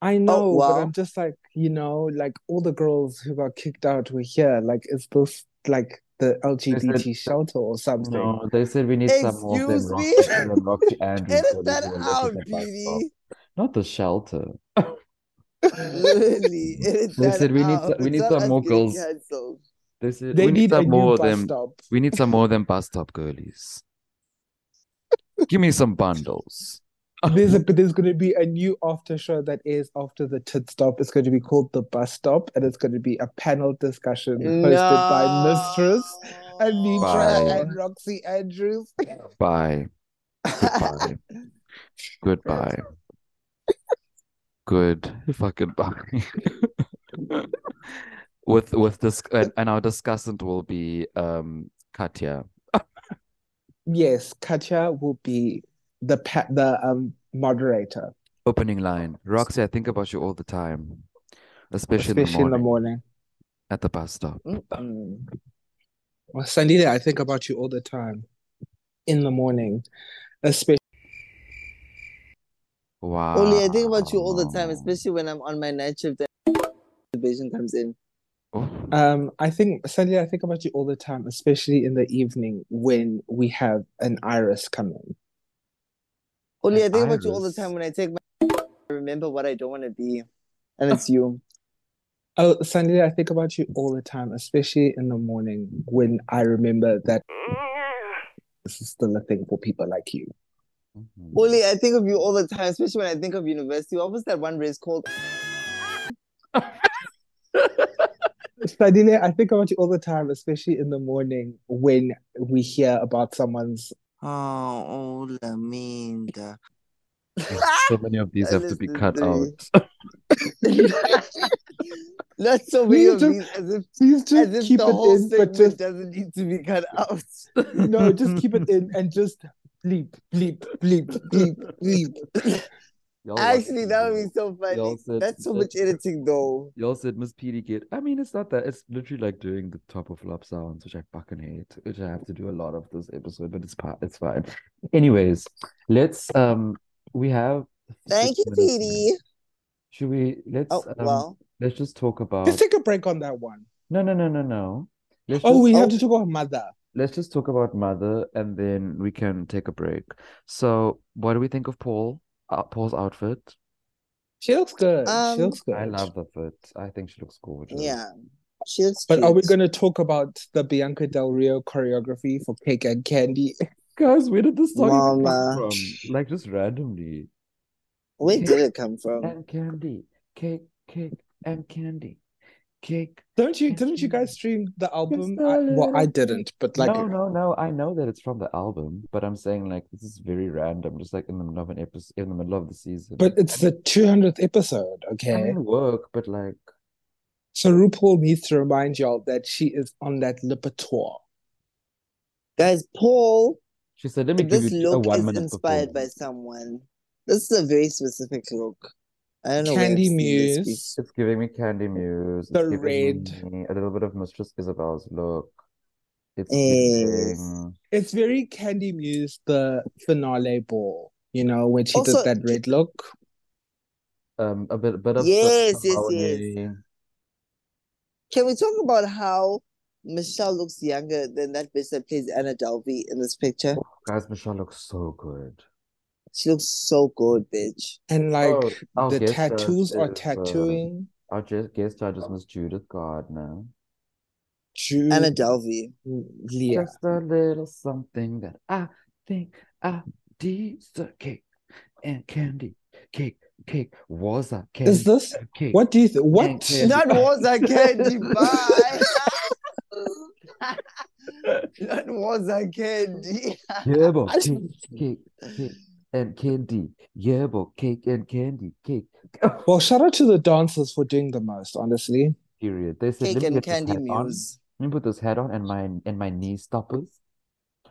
B: I know,
A: well.
B: but I'm just like, you know, like all the girls who got kicked out were here. Like, is this like the LGBT shelter or something?
C: No, they said we need some more of them
A: Excuse
C: rock
A: me?
C: them Roxy Andrews
A: Edit
C: girlies
A: that
C: who are working
A: out,
C: at Bike Shop.
A: beauty.
C: Not the shelter.
A: Literally, edit
C: They
A: that
C: said we need
A: out.
C: some- we
A: It's
C: need
A: not
C: some
A: us
C: more
A: getting
C: girls.
A: cancelled.
C: They said
B: They
C: we need
B: need a
C: some
B: new
C: more of
B: bus
C: them.
B: stop.
C: We need some more than bus stop girlies. Give me some bundles.
B: There's a but there's gonna be a new after show that is after the tit stop. It's going to be called the bus stop, and it's going to be a panel discussion hosted by Mistress Anitra
C: Bye.
B: and Roxy Andrews.
C: Bye. Goodbye. Goodbye. Good fucking bye. with with this and, and our discussant will be um Katya.
B: Yes, Katya will be the pa- the um moderator,
C: Opening line. Roxy, I think about you all the time. Especially,
B: especially
C: in the morning
B: morning.
C: at the bus stop.
B: Mm. Well, Sandile, I think about you all the time in the morning, especially.
C: Wow.
A: Only I think about you all the time, especially when I'm on my night shift and vision comes in.
C: Oof.
B: Um, I think Sandile, I think about you all the time, especially in the evening when we have an iris come in.
A: Only I
C: An
A: think about you all the
C: iris.
A: time when I take my I remember what I don't want to be, and it's you.
B: Oh, Sandile, I think about you all the time, especially in the morning when I remember that this is still a thing for people like you.
C: Mhm.
A: Only I think of you all the time, especially when I think of university. What was that one race called?
B: Sandile, I think about you all the time, especially in the morning when we hear about someone's.
A: Oh, Olaminda.
C: So many of these have to be
A: Listen
C: cut
A: to
C: out.
A: me. Not so many
B: You
A: of
B: just-
A: these as if
B: Please
A: as
B: just
A: if
B: keep
A: the
B: it
A: whole
B: in, but
A: segment
B: just
A: doesn't need to be cut out.
B: No, just keep it in and just bleep, bleep, bleep, bleep, bleep, bleep.
C: Y'all
A: Actually,
C: watched
A: that
C: it,
A: would be so funny.
C: Y'all said
A: That's so
C: that-
A: much editing, though.
C: Y'all said Miss Petey Kid. I mean, it's not that. It's literally like doing the top of flop sounds, which I fucking hate, which I have to do a lot of this episode, but it's part, it's fine. Anyways, let's um, we have.
A: Thank you,
C: six minutes left.
A: Petey.
C: Should we let's
A: Oh,
C: um,
A: well.
C: let's just talk about
B: Let's take a break on that one.
C: no no no no no. Let's
B: Oh,
C: just
B: we
A: Oh.
B: have to talk about mother.
C: let's just talk about mother and then we can take a break. So, what do we think of Paul? Uh, Paul's outfit.
B: She looks good.
A: Um,
B: she looks good.
C: I love the fit. I think she looks gorgeous.
A: Yeah. She looks
B: But are we
A: cute.
B: going to talk about the Bianca Del Rio choreography for Cake and Candy?
C: Guys, where did this song even come
A: Mama.
C: from? Like just randomly.
A: Where did it come from?
C: And candy, cake, cake, and candy, cake.
B: Don't you? Didn't you guys stream the album? I,
C: a
B: well, I
C: little-
B: didn't, but like,
C: no, no, no. I know that it's from the album, but I'm saying like this is very random, just like in the middle of an episode, in the middle of the season.
B: but it's the 200th episode.
C: I
B: Okay,
C: mean work, but like
B: so RuPaul needs to remind y'all that she is on that Lipper tour.
A: Guys, Paul,
C: she said, let me give
A: this
C: you a
A: look
C: one
A: is
C: minute
A: inspired by
C: performance.
A: someone. This is a very specific look. I don't know. where I've
B: Candy
A: seen this
B: Muse.
C: It's giving me Candy Muse.
B: The
C: it's giving
B: red.
C: me a little bit of Mistress Isabel's look. It's
A: Yes.
C: giving
B: It's very Candy Muse, the finale ball. You know when she
A: Also-
B: did that red look.
C: um a bit, a bit of
A: Yes, yes, yes.
C: Harmony.
A: Can we talk about how Michelle looks younger than that bitch that plays Anna Delvey in this picture?
C: Guys, Michelle looks so good.
A: She looks so good, bitch.
B: And
C: Oh,
B: like
C: our
B: the
C: guest judge
B: tattoos are
C: is, um,
B: tattooing
C: Our ju- guest judge is Miss Judith Gardner.
B: Jude
A: Anna Delvey.
B: Leah.
C: Just a little something that I think I deserve. Cake and candy, cake, cake, was a candy.
B: Is this
C: and cake.
B: what do you th- what?
C: Thank you.
A: That was a candy pie. that was a candy.
C: Yeah, but
A: I just-
C: cake, cake, cake, and candy. Yeah, but cake and candy, cake.
B: Well, shout out to the dancers for doing the most, honestly.
C: Period. They said,
A: Cake
C: let me
A: and
C: get this
A: candy
C: hat on.
A: muse.
C: Let me put this hat on and my and my knee stoppers.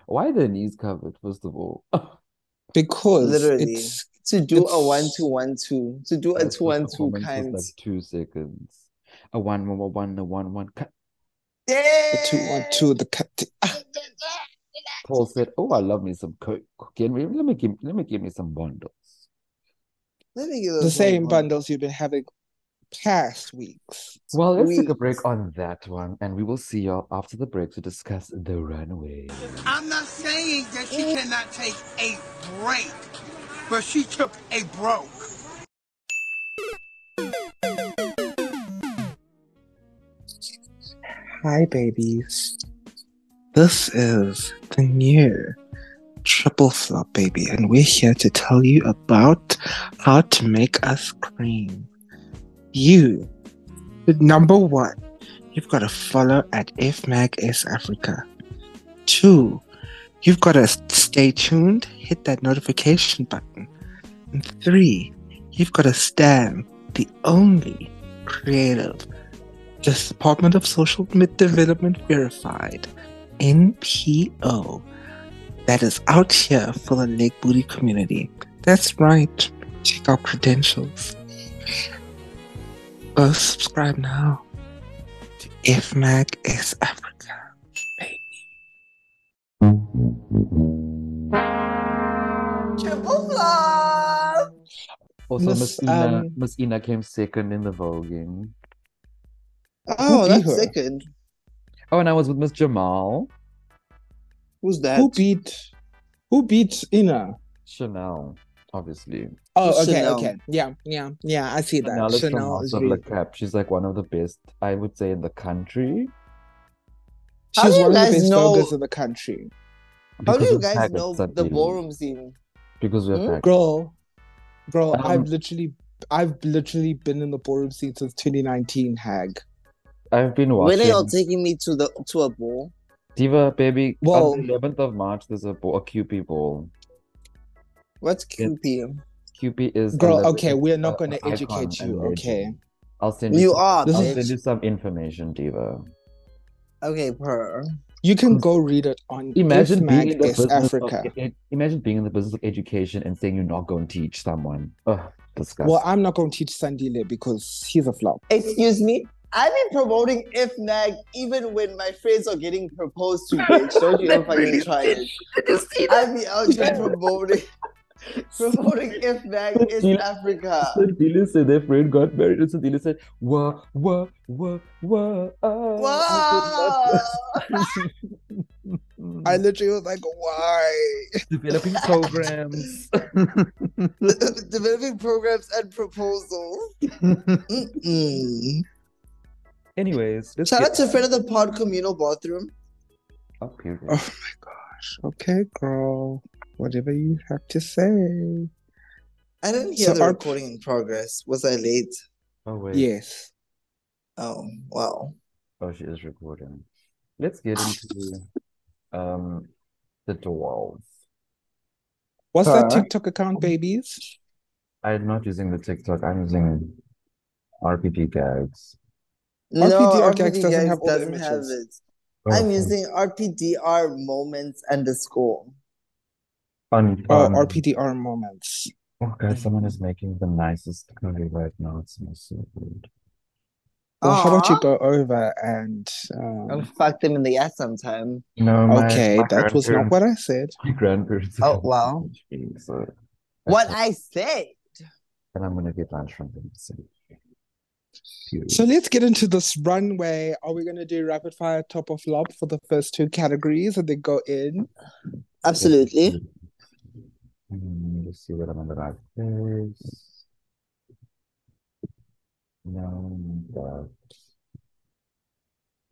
C: Why are their knees covered, first of all?
B: Because
A: Literally.
B: it's
A: To do a
B: It's-
A: one two one two. To do
C: Guys,
A: a two
C: this
A: one two
C: performance was
A: kind.
C: like two seconds. A one, one, one, one, a one, one. Cut.
B: the two one two the cut.
C: Paul said, "Oh, I love me some coke. Can we, let me give, let me give me some bundles."
A: Let me get
B: The same bundles you've been having past weeks.
C: Well, let's take a
A: Sweet.
C: break on that one, and we will see y'all after the break to discuss the runway.
D: I'm not saying that she cannot take a break, but she took a broke.
B: Hi babies. This is the new triple flop baby, and we're here to tell you about how to make us cream. You number one, you've got to follow at FMAGS Africa. Two, you've got to stay tuned, hit that notification button. And three, you've got to stand the only creative, the Department of Social Mid- Development verified, NPO, that is out here for the Lake Booty community. That's right. Check out credentials. Go subscribe now to FMAG is Africa.
A: Triple flop.
C: Also,
B: Miss,
C: Miss Ina,
B: um,
C: Miss Ina came second in the voguing.
A: Oh,
B: beat
A: that's
B: her?
A: second.
C: Oh, and I was with Miss Jamal
A: Who's that?
B: Who beat who beat Ina?
C: Chanel, obviously.
B: Oh, okay,
A: Chanel.
B: okay. Yeah, yeah, yeah. I see that.
C: Chanel is from
B: Chanel
C: House
B: is
C: of
B: really
C: La Crap. She's like one of the best, I would say, in the country.
B: Oh,
A: How do
B: She's
A: you
B: one of the
A: guys
B: best
A: know-
B: vloggers in the country.
A: How do
C: Because
A: you
C: we're
A: guys
C: faggots,
A: know the
C: Sadie.
A: ballroom scene?
C: Because we're
A: Hmm?
C: faggots.
B: Girl, girl,
C: Um,
B: I've literally, I've literally been in the ballroom scene since 2019. Hag.
C: I've been
A: When are y'all
C: watching
A: taking me to the to a ball?
C: Diva Baby
B: Well-
C: on the 11th of March. There's a, bo- a QP ball.
A: What's
C: Yeah.
A: QP?
C: QP is
B: Girl,
C: 11
B: okay, we're not
C: uh,
B: going to
C: icon and
B: educate you.
C: legend.
B: Okay,
C: I'll send you.
A: You
C: some,
A: are
B: This
C: I'll
B: is-
A: bitch.
C: send you some information, Diva.
A: Okay, per.
B: You can go read it on
C: Um, Imagine being in the
B: IFMAG-S
C: business of-
B: Africa.
C: i- i- imagine being in the business of education and saying you're not going to teach someone. Ugh, disgusting.
B: Well, I'm not going to teach Sandile because he's a flop.
A: Excuse me? I've been promoting IFMAG even when my friends are getting proposed to, bitch. Don't you ever fucking try it. I've been out here promoting, promoting IFMAG in Africa.
C: Sandile said their friend got married, and Sandile said, "Wah wah wah wah." ah."
A: Wow.
B: I
C: Mm.
B: literally was like, why?
C: developing programs.
A: Developing programs and proposals. Mm-mm.
C: Anyways, let's
A: Shout
C: get
A: out to friend of the pod communal bathroom.
C: up here.
B: Oh my gosh. Okay, girl. Whatever you have to say.
A: I didn't hear
B: So
A: the
B: our-
A: recording in progress. Was I late?
C: Oh wait.
B: Yes.
A: Oh, wow.
C: Oh, she is recording. Let's get into um the dwarves.
B: What's that
A: Huh?
B: TikTok account, babies?
C: I'm not using the TikTok. I'm using RPG gags.
A: No,
B: RPDR
A: RPDR
B: Gags
A: doesn't,
B: doesn't
A: doesn't,
B: have
A: have,
B: all the
A: have
B: images.
A: it.
C: Oh,
A: I'm
C: on-
A: using RPDR moments underscore. uh,
C: on
B: Oh,
C: um,
B: RPDR moments.
C: Oh, guys, someone is making the nicest curry right now. It smells so good.
B: Well, how about you
A: Aw.
B: go over and. Um,
A: I'll fuck them in the ass sometime.
C: No, my,
B: okay,
C: my
B: that was not
C: grandparents-
B: what I said.
C: my grandparents
A: Oh,
C: have
A: wow.
C: been so that's
A: What
C: it.
A: I said.
C: and I'm gonna get lunch from them. So, Period.
B: So let's get into this runway. Are we going to do rapid fire top of flop for the first two categories and then go in?
A: Absolutely.
C: Mm, Let's see what I'm on the right page. No, that.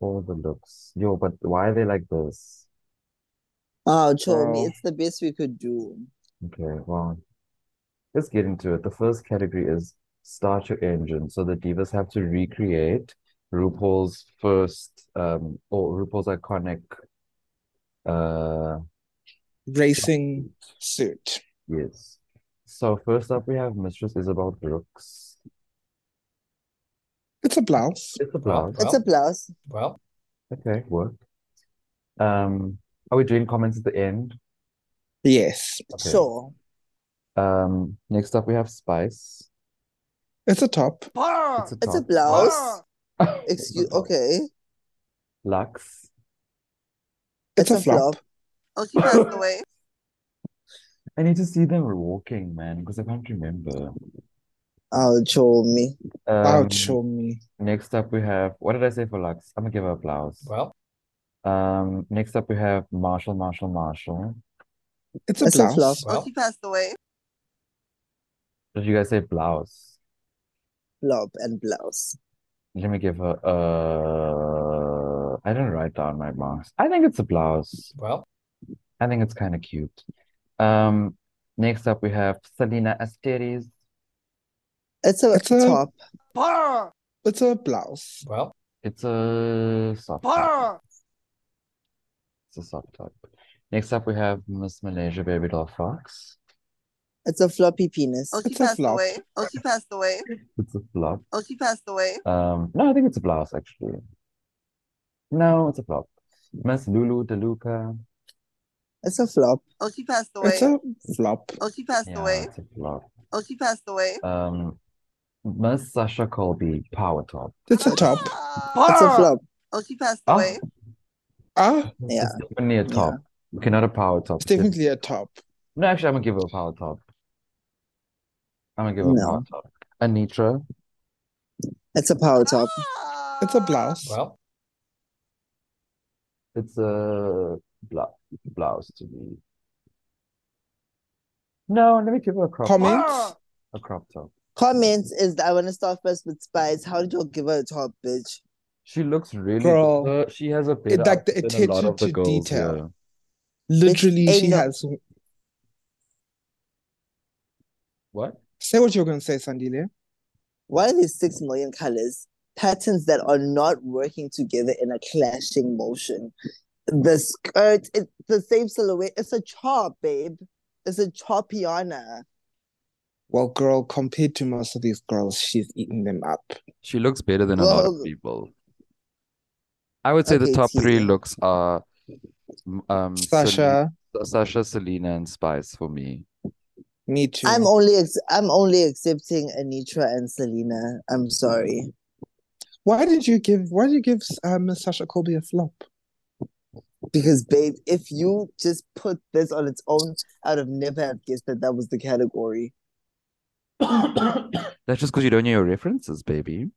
C: All the looks. Yo, but why are they like this?
A: Oh, Chomi,
B: Girl.
A: it's the best we could do.
C: Okay, well, let's get into it. The first category is start your engine. So the divas have to recreate RuPaul's first, um, or RuPaul's iconic, uh,
B: Racing suit.
C: yes. So first up, we have Mistress Isabel Brooks.
B: It's a blouse.
C: It's a blouse.
A: It's a blouse.
E: Well,
C: Okay, work. Um, are we doing comments at the end?
B: Yes.
C: Okay.
A: Sure.
C: Um, next up, we have Spice.
B: It's a top.
F: Oh,
C: It's a
A: It's a
B: Oh.
C: top.
B: Ah!
A: blouse.
C: It's
A: Excuse
C: a top.
A: okay.
C: Lux.
B: It's, a, flop.
A: Oh, she passed away.
C: I need to see them walking, man, because I can't remember.
A: Oh, Chomi.
B: Ouch,
C: Um,
B: show me.
C: Next up, we have what did I say for Lux? I'm gonna give her applause.
E: well,
C: Um, next up, we have Marshall, Marshall, Marshall.
B: It's a
A: It's a
B: blouse.
A: flop.
E: Well.
A: Oh, she passed away.
C: Did you guys say blouse?
A: Flop and blouse.
C: Let me give her. Uh, I didn't write down my marks. I think it's a blouse.
E: well,
C: I think it's kind of cute. Um, next up, we have Selena Asteris.
A: It's a
B: It's a-
A: top.
B: It's a blouse.
E: well,
C: It's a soft
F: Ah!
C: top. It's a soft top. Next up, we have Miss Malaysia Baby Doll Fox.
A: It's a floppy penis.
F: Oh,
B: she It's a passed flop. away.
A: Oh, she passed away.
C: It's a flop.
A: Oh, she passed away.
C: Um, no, I think it's a blouse actually. No, it's a flop. Miss Lulu DeLuca.
A: It's a flop.
F: Oh, she passed
B: It's
F: away.
B: a flop.
F: Oh, she passed
C: Yeah,
F: away.
C: it's a flop.
F: Oh, she passed away.
C: Um, Miss Sasha Colby Power Top.
B: It's a top.
A: It's a flop.
F: Oh, she passed
C: Ah,
F: away.
B: Ah,
A: Yeah.
C: it's definitely a top. Okay, not a power top.
B: it's definitely a top.
C: No, actually, I'm gonna give her a power top. I'm gonna give her a
A: No.
C: power top. Anitra.
A: It's a power top.
F: Ah.
B: It's a blouse.
E: well,
C: It's a bla- blouse to me. No, let me give her a crop top.
B: Comments?
C: A crop top.
A: Comments is I want to start first with Spice. How did you give her a top, bitch?
C: She looks really
B: Girl.
C: better. She has a better
B: like the
C: outfit than a lot
B: attention
C: of the
B: to
C: girls
B: detail.
C: here.
B: Literally,
A: a
B: she
A: no.
B: has.
C: What?
B: Say what you're going to say, Sandile.
A: Why are there six million colors? Patterns that are not working together in a clashing motion. The skirt, it's the same silhouette. It's a chop, babe. It's a chopiana.
B: Well, girl, compared to most of these girls, she's eating them up.
C: She looks better than a lot of
A: Well-
C: people. I would say the
A: Okay,
C: top three
A: Tia.
C: looks are M- Um, Sel-
B: Sasha,
C: Sasha, Selena, and Spice for me.
B: me too.
A: I'm only ex- I'm only accepting Anitra and Selena. I'm sorry.
B: why did you give why did you give uh, Miss Sasha Colby a flop?
A: Because babe, if you just put this on its own, I would have never have guessed that that was the category.
C: That's just because you don't know your references, baby.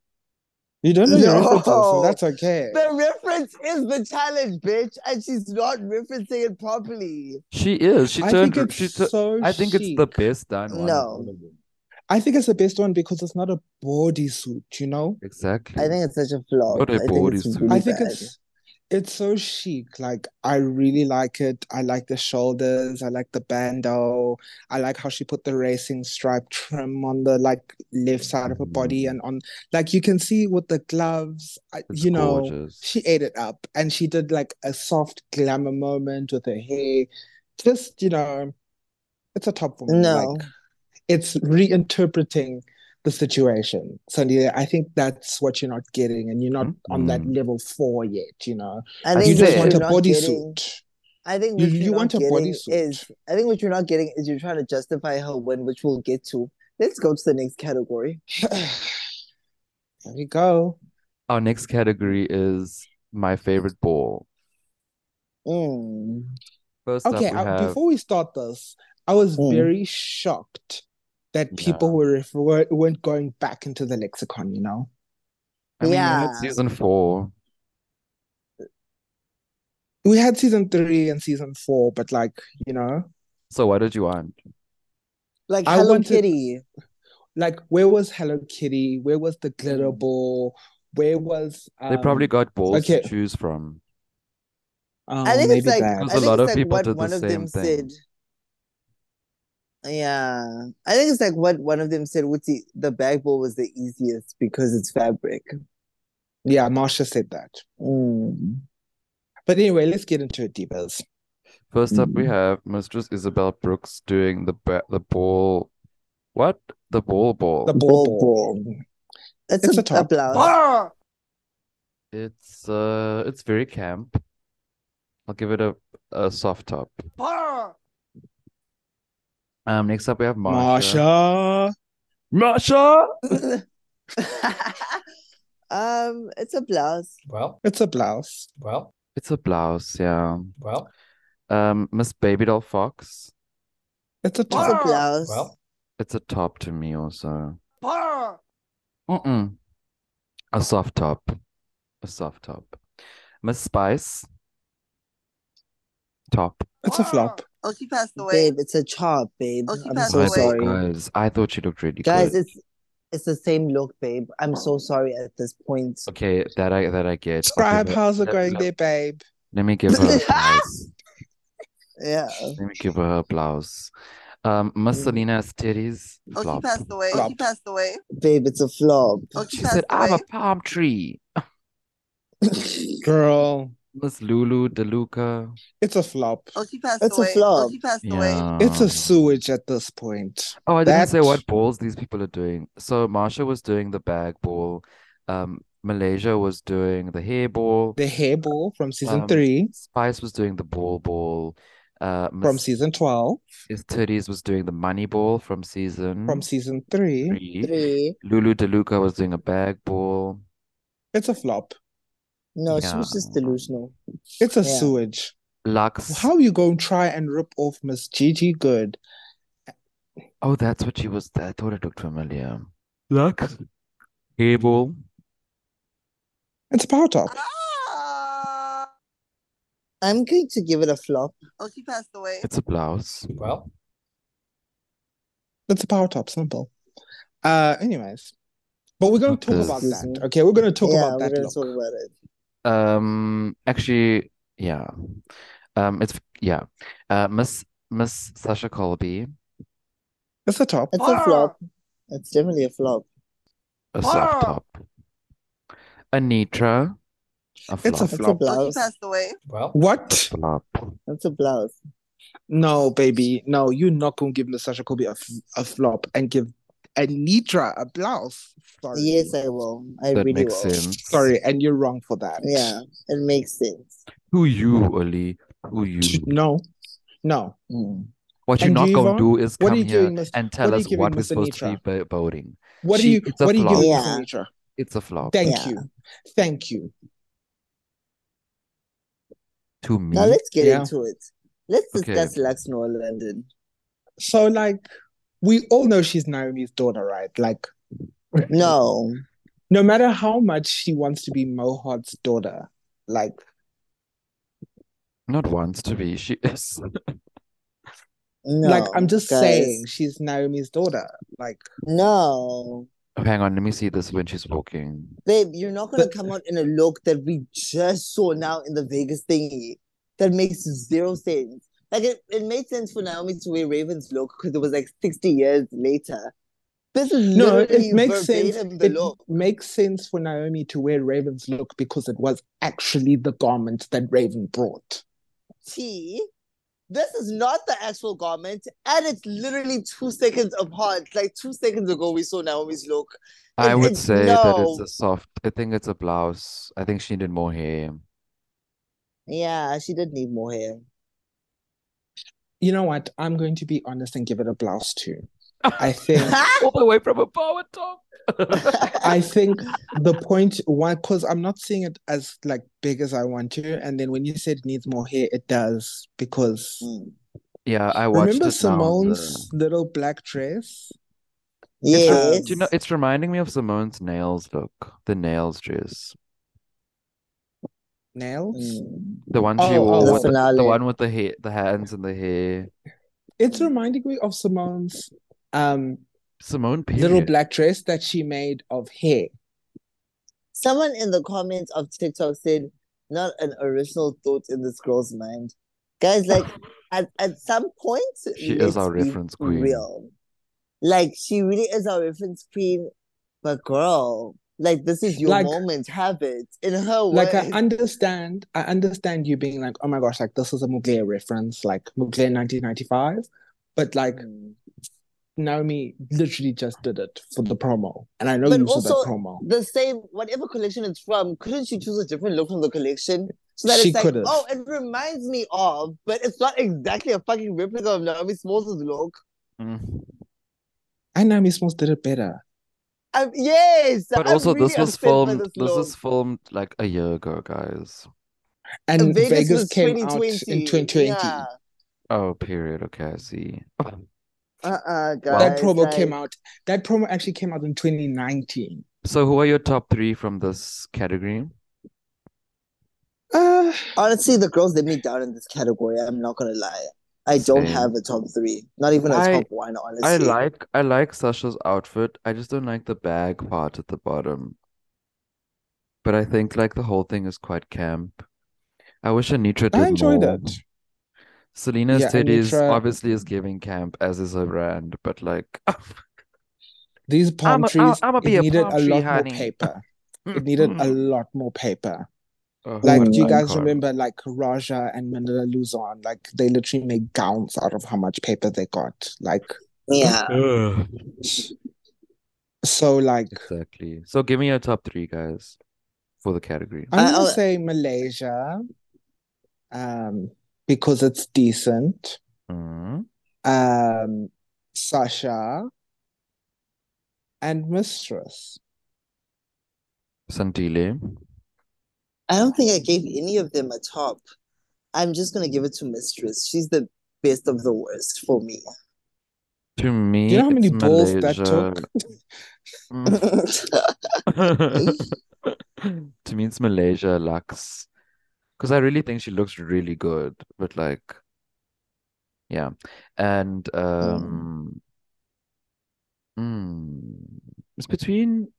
B: You don't know your
A: No.
B: references, and that's okay.
A: The reference is the challenge, bitch, and she's not referencing it properly.
C: She is. She
B: I
C: turned.
B: think it's
C: she tur-
B: so
C: I think it's the
B: chic.
C: best done one.
A: No.
B: I think it's the best one because it's not a bodysuit, you know?
C: Exactly.
A: I think it's such a flop.
C: What a
A: I think it's
C: bodysuit.
A: really
B: I think
A: bad.
B: it's it's so chic. Like I really like it. I like the shoulders. I like the bandeau. I like how she put the racing stripe trim on the like left side of her body and on like you can see with the gloves. I,
C: Mm. It's
B: you know,
C: gorgeous.
B: she ate it up and she did like a soft glamour moment with her hair. Just you know, it's a top for me.
A: No.
B: Like, it's reinterpreting the situation. Sandy, I think that's what you're not getting, and you're not on that
C: Mhm.
B: level four yet, you know.
A: I
C: I
A: think
B: You just
A: what
B: want a
A: you're not getting-
B: bodysuit.
A: I think
B: You-
A: what
B: you
A: you're
B: want
A: not
B: a
A: getting
B: bodysuit.
A: is I think what you're not getting is you're trying to justify her win, which we'll get to. Let's go to the next category.
B: there we go.
C: Our next category is my favorite ball.
A: Mm.
C: First
B: Okay,
C: up, we
B: I-
C: have
B: before we start this, I was
A: Mm.
B: very shocked that people were, ref- were weren't going back into the lexicon, you know.
C: I mean, we had
A: Yeah.
C: season four.
B: We had season three and season four, but like, you know,
C: So what did you want?
A: Like
B: I
A: Hello
B: wanted-
A: Kitty.
B: like where was Hello Kitty? Where was the glitter
A: Mm.
B: ball? Where was
C: They probably
B: um,
C: got balls
B: okay.
C: to choose from.
B: Oh,
A: I think it's
B: maybe
A: like
B: that.
A: I
C: Because a
A: think
C: lot
A: it's
C: of
A: like
C: people
A: what
C: did the
A: one of
C: same
A: them
C: thing.
A: said. Yeah, I think it's like what one of them said. What's the, the bag ball was the easiest because it's fabric.
B: Yeah, Marsha said that.
A: Mm.
B: But anyway, let's get into it, divas.
C: First up, we
B: Mm-hmm.
A: Mm.
C: have Mistress Isabel Brooks doing the ba- the ball. What? The ball ball.
B: The ball
A: Ball
B: ball.
A: ball. That's
B: It's
A: a,
B: a top.
A: applause.
C: It's uh, it's very camp. I'll give it a a soft top. Um, next up we have Marsha.
B: Marsha.
C: Marsha.
A: um, it's a blouse.
E: Well,
B: It's a blouse.
E: well,
C: It's a blouse, yeah.
E: well,
C: Um, Miss Baby Doll Fox.
B: It's a
A: It's
B: top.
A: a blouse.
E: well.
C: It's a top to me also. Mm-mm. A soft top. A soft top. Miss Spice. Top.
B: It's a flop.
F: Oh, she passed away.
A: Babe, it's a chop, babe.
F: Oh, she
A: I'm
F: passed
A: so
C: My
F: away.
A: sorry,
C: guys. I thought she looked really
A: guys.
C: good.
A: It's it's the same look, babe. I'm so sorry at this point.
C: Okay, that I that I get. I'll give
B: Scribe,
C: her-
B: how's it
C: let-
B: going
C: let-
B: there, babe?
C: Let me give her a blouse.
A: Yeah,
C: Let me give her a blouse. Um, Miss
A: Mm.
C: Selena's titties.
F: Oh, she
C: Flop.
F: passed away. Oh, she
B: Flop.
F: passed away.
A: babe, it's a flop.
F: Oh, she,
C: She
F: passed
C: said, "I'm
F: away.
C: a palm tree."
B: Girl,
C: Miss Lulu DeLuca.
B: it's a flop.
F: Oh, she passed
A: It's a
F: away.
A: flop.
F: Oh, she passed away.
C: Yeah.
B: It's a sewage at this point.
C: Oh, I didn't say
B: That-
C: what balls these people are doing. So Marsha was doing the bag ball. Um, Malaysia was doing the hair ball.
B: The hair ball from season
C: Um,
B: three,
C: Spice was doing the ball ball. Uh,
B: from
C: Miss
B: season 12,
C: Miss Titties was doing the money ball from season
B: from season three.
C: Mm-hmm. three.
A: Three.
C: Lulu DeLuca was doing a bag ball.
B: It's a flop.
A: No, she was just
C: Yeah.
A: delusional.
B: It's a
A: Yeah.
B: sewage.
C: Lux.
B: How you going to try and rip off Miss Gigi Good?
C: Oh, that's what she was. I thought it looked familiar. Lux. Hair ball.
B: It's a power top.
F: Ah!
A: I'm going to give it a flop.
F: Oh, she passed away.
C: It's a blouse.
E: Well,
B: It's a power top, simple. Uh, anyways, but we're gonna talk
C: Okay.
B: about
A: Excuse
B: that.
A: me.
B: Okay, we're gonna talk
A: yeah,
B: about
A: we're
B: that
A: gonna
B: look.
A: talk about it.
C: Um, actually, yeah. Um, it's yeah. Uh, Miss Miss Sasha Colby,
B: It's a top.
A: It's
C: Ah!
A: a flop. It's definitely a flop.
C: a soft top. Anitra, a
B: It's
C: flop.
B: a
A: It's a
B: Flop.
F: Oh,
A: blouse.
F: she passed away.
E: well,
B: What?
C: Flop.
A: It's a blouse.
B: No, baby, no. You're not gonna give Miss Sasha Kobe a, f- a flop and give Anitra a blouse. Sorry.
A: Yes, I will. I
C: That
A: really
C: makes
A: will.
C: sense.
B: Sorry, and you're wrong for that.
A: Yeah, it makes sense.
C: Who you, Oli? Who you?
B: No, no. Mm.
C: What you're
B: And
C: not
B: do you
C: gonna
B: vote?
C: do is
B: What are
C: come
B: you
C: here
B: doing, Miss-
C: and tell
B: what are
C: us
B: you giving
C: what we're
B: Miss
C: supposed to be bo- voting.
B: What
C: She-
B: do you?
C: it's a
B: What do you
C: flop.
B: give
A: Yeah.
B: yeah. Sinatra?
C: It's a flop
B: Thank
A: Yeah.
B: you, thank you.
C: to me.
A: Now let's get
B: Yeah.
A: into it. Let's
C: Mm-hmm. Okay.
A: discuss Luxnor London.
B: So like, we all know she's Naomi's daughter, right? Like,
A: No.
B: no matter how much she wants to be Mohawk's daughter, like,
C: Not wants to be. She is.
A: No.
B: like I'm just
A: guys.
B: saying, she's Naomi's daughter. Like,
A: No.
C: oh, Hang on, let me see this when she's walking.
A: Babe, you're not gonna
B: But-
A: come out in a look that we just saw now in the Vegas thingy. That makes zero sense. Like it, it made sense for Naomi to wear Raven's look because it was like 60 years later. This is
B: no,
A: literally
B: it makes sense.
A: verbatim the
B: It
A: look.
B: makes sense for Naomi to wear Raven's look because it was actually the garment that Raven brought.
A: T. This is not the actual garment, and it's literally two seconds apart. Like two seconds ago, we saw Naomi's look.
C: I
A: It-
C: would
A: it-
C: say that it's
A: no.
C: a soft. I think it's a blouse. I think she needed more hair.
A: Yeah, she did need more hair.
B: Um, You know what? I'm going to be honest and give it a blouse too. I think
C: All the way from a power top.
B: I think the point why because I'm not seeing it as like big as I want to, and then when you said it needs more hair, it does because
A: Mm.
C: Yeah, I watched
B: remember
C: it now on the-
B: Simone's little black dress?
A: Yes.
C: Do you know, it's reminding me of Simone's nails look, the nails dress,
B: Nails?
A: Mm.
C: the one she
B: Oh,
C: wore,
B: oh,
A: The
C: with the, the
A: finale.
C: one with the hair, the hands and the hair.
B: It's reminding me of Simone's um
C: Simone,
B: little
C: period.
B: black dress that she made of hair.
A: Someone in the comments of TikTok said, not an original thought in this girl's mind. Guys, like at, at some point,
C: She is
A: let's
C: our
A: be
C: reference queen.
A: Real. Like she really is our reference queen, but girl, like this is your
B: Like-
A: moment. Have it in her
B: Like I
A: words.
B: understand, I understand you being like, oh my gosh, like this is a Mugler reference, like Mugler 1995, but like
A: Mm.
B: Naomi literally just did it for the promo, and I know
A: But
B: you saw
A: also-
B: that promo.
A: The same, whatever collection it's from, couldn't she choose a different look from the collection? So that
B: She
A: it's like,
B: could've.
A: oh, it reminds me of, but it's not exactly a fucking replica of Naomi Smalls' look.
C: Mm.
B: And Naomi Smalls did it better.
A: Um, yes,
C: But
A: I'm
C: also,
A: really
C: this was
A: upset by
C: filmed.
A: this
C: This
A: look.
C: was filmed like a year ago, guys.
B: And
A: Vegas
B: Vegas,
A: was
B: came out
A: 2020.
B: in 2020.
A: Yeah.
C: Oh, period. Okay, I see.
A: Uh-uh, guys.
B: That promo
A: like,
B: came out. That promo actually came out in 2019.
C: So, who are your top three from this category?
A: Ah,
B: Uh,
A: Honestly, the girls let me down in this category. I'm not gonna lie. I don't
C: Same.
A: have a top three. Not even a
C: I-
A: top one, honestly.
C: I like I like Sasha's outfit. I just don't like the bag part at the bottom. But I think like the whole thing is quite camp. I wish Anitra did
B: I enjoyed
C: more.
B: it.
C: Selena's
B: Yeah,
C: titties
B: Anitra-
C: obviously is giving camp as is her brand, but like
B: These palm
C: I'ma-
B: trees.
C: I'll- I'ma be
B: it
C: a
B: needed
C: palm
B: a
C: tree,
B: lot
C: honey.
B: more paper. It needed a
A: Mm-hmm.
B: lot more paper.
C: Oh,
B: Like,
C: what an
B: do you guys
C: icon.
B: remember, like Raja and Manila Luzon? Like, they literally made gowns out of how much paper they got. Like,
A: Yeah.
B: so like,
C: Exactly. So give me your top three guys for the category.
B: I'm gonna
A: Uh, I'll-
B: say Malaysia, um, because it's decent.
C: Mhm.
B: Um, Sasha and Mistress.
C: Santile.
A: I don't think I gave any of them a top. I'm just gonna give it to Mistress. She's the best of the worst for me.
C: To me,
B: Do you know how many
C: it's
B: balls that
C: Malaysia.
B: took?
C: Mm. to me, it's Malaysia Lux. Because I really think she looks really good, but like, yeah. And um, mm, it's between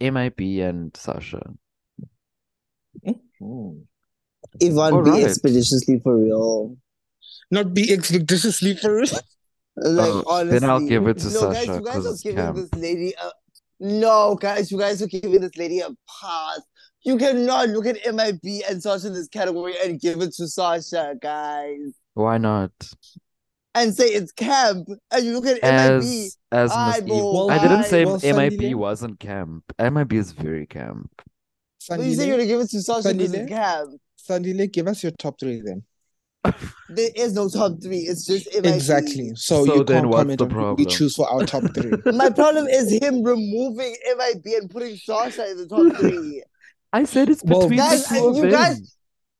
C: MIP and Sasha.
B: Hmm.
A: Yvonne
C: All
A: be
C: right.
A: expeditiously for real.
B: Not be expeditiously for real.
A: Like
C: Oh,
A: honestly,
C: then I'll give it to
A: no, guys,
C: Sasha
A: you guys
C: 'cause
A: are
C: it's
A: giving
C: camp.
A: this lady a no, guys, you guys are giving this lady a pass. You cannot look at MIB and Sasha in this category and give it to Sasha, guys,
C: Why not?
A: and say it's camp. And you look at MIB.
C: As as Miss Eve.
A: eyeball
C: I didn't
A: eye.
C: say
B: Well,
C: MIP
B: Sandile-
C: wasn't camp. MIP is very camp.
A: But you said you're
B: Sandile,
A: gonna give it to Sasha because
B: Sandile?
A: it's Cam.
B: Sandile, give us your top three then.
A: There is no top three. It's just MIP.
B: Exactly. So,
C: So
B: you
C: then
B: can't
C: what's
B: comment
C: the
B: on who we
C: problem?
B: choose for our top three.
A: My problem is him removing MIB and putting Sasha in the top three.
C: I said it's
B: Well,
C: between
A: guys,
C: the two
A: and
C: of
A: you guys-
C: them.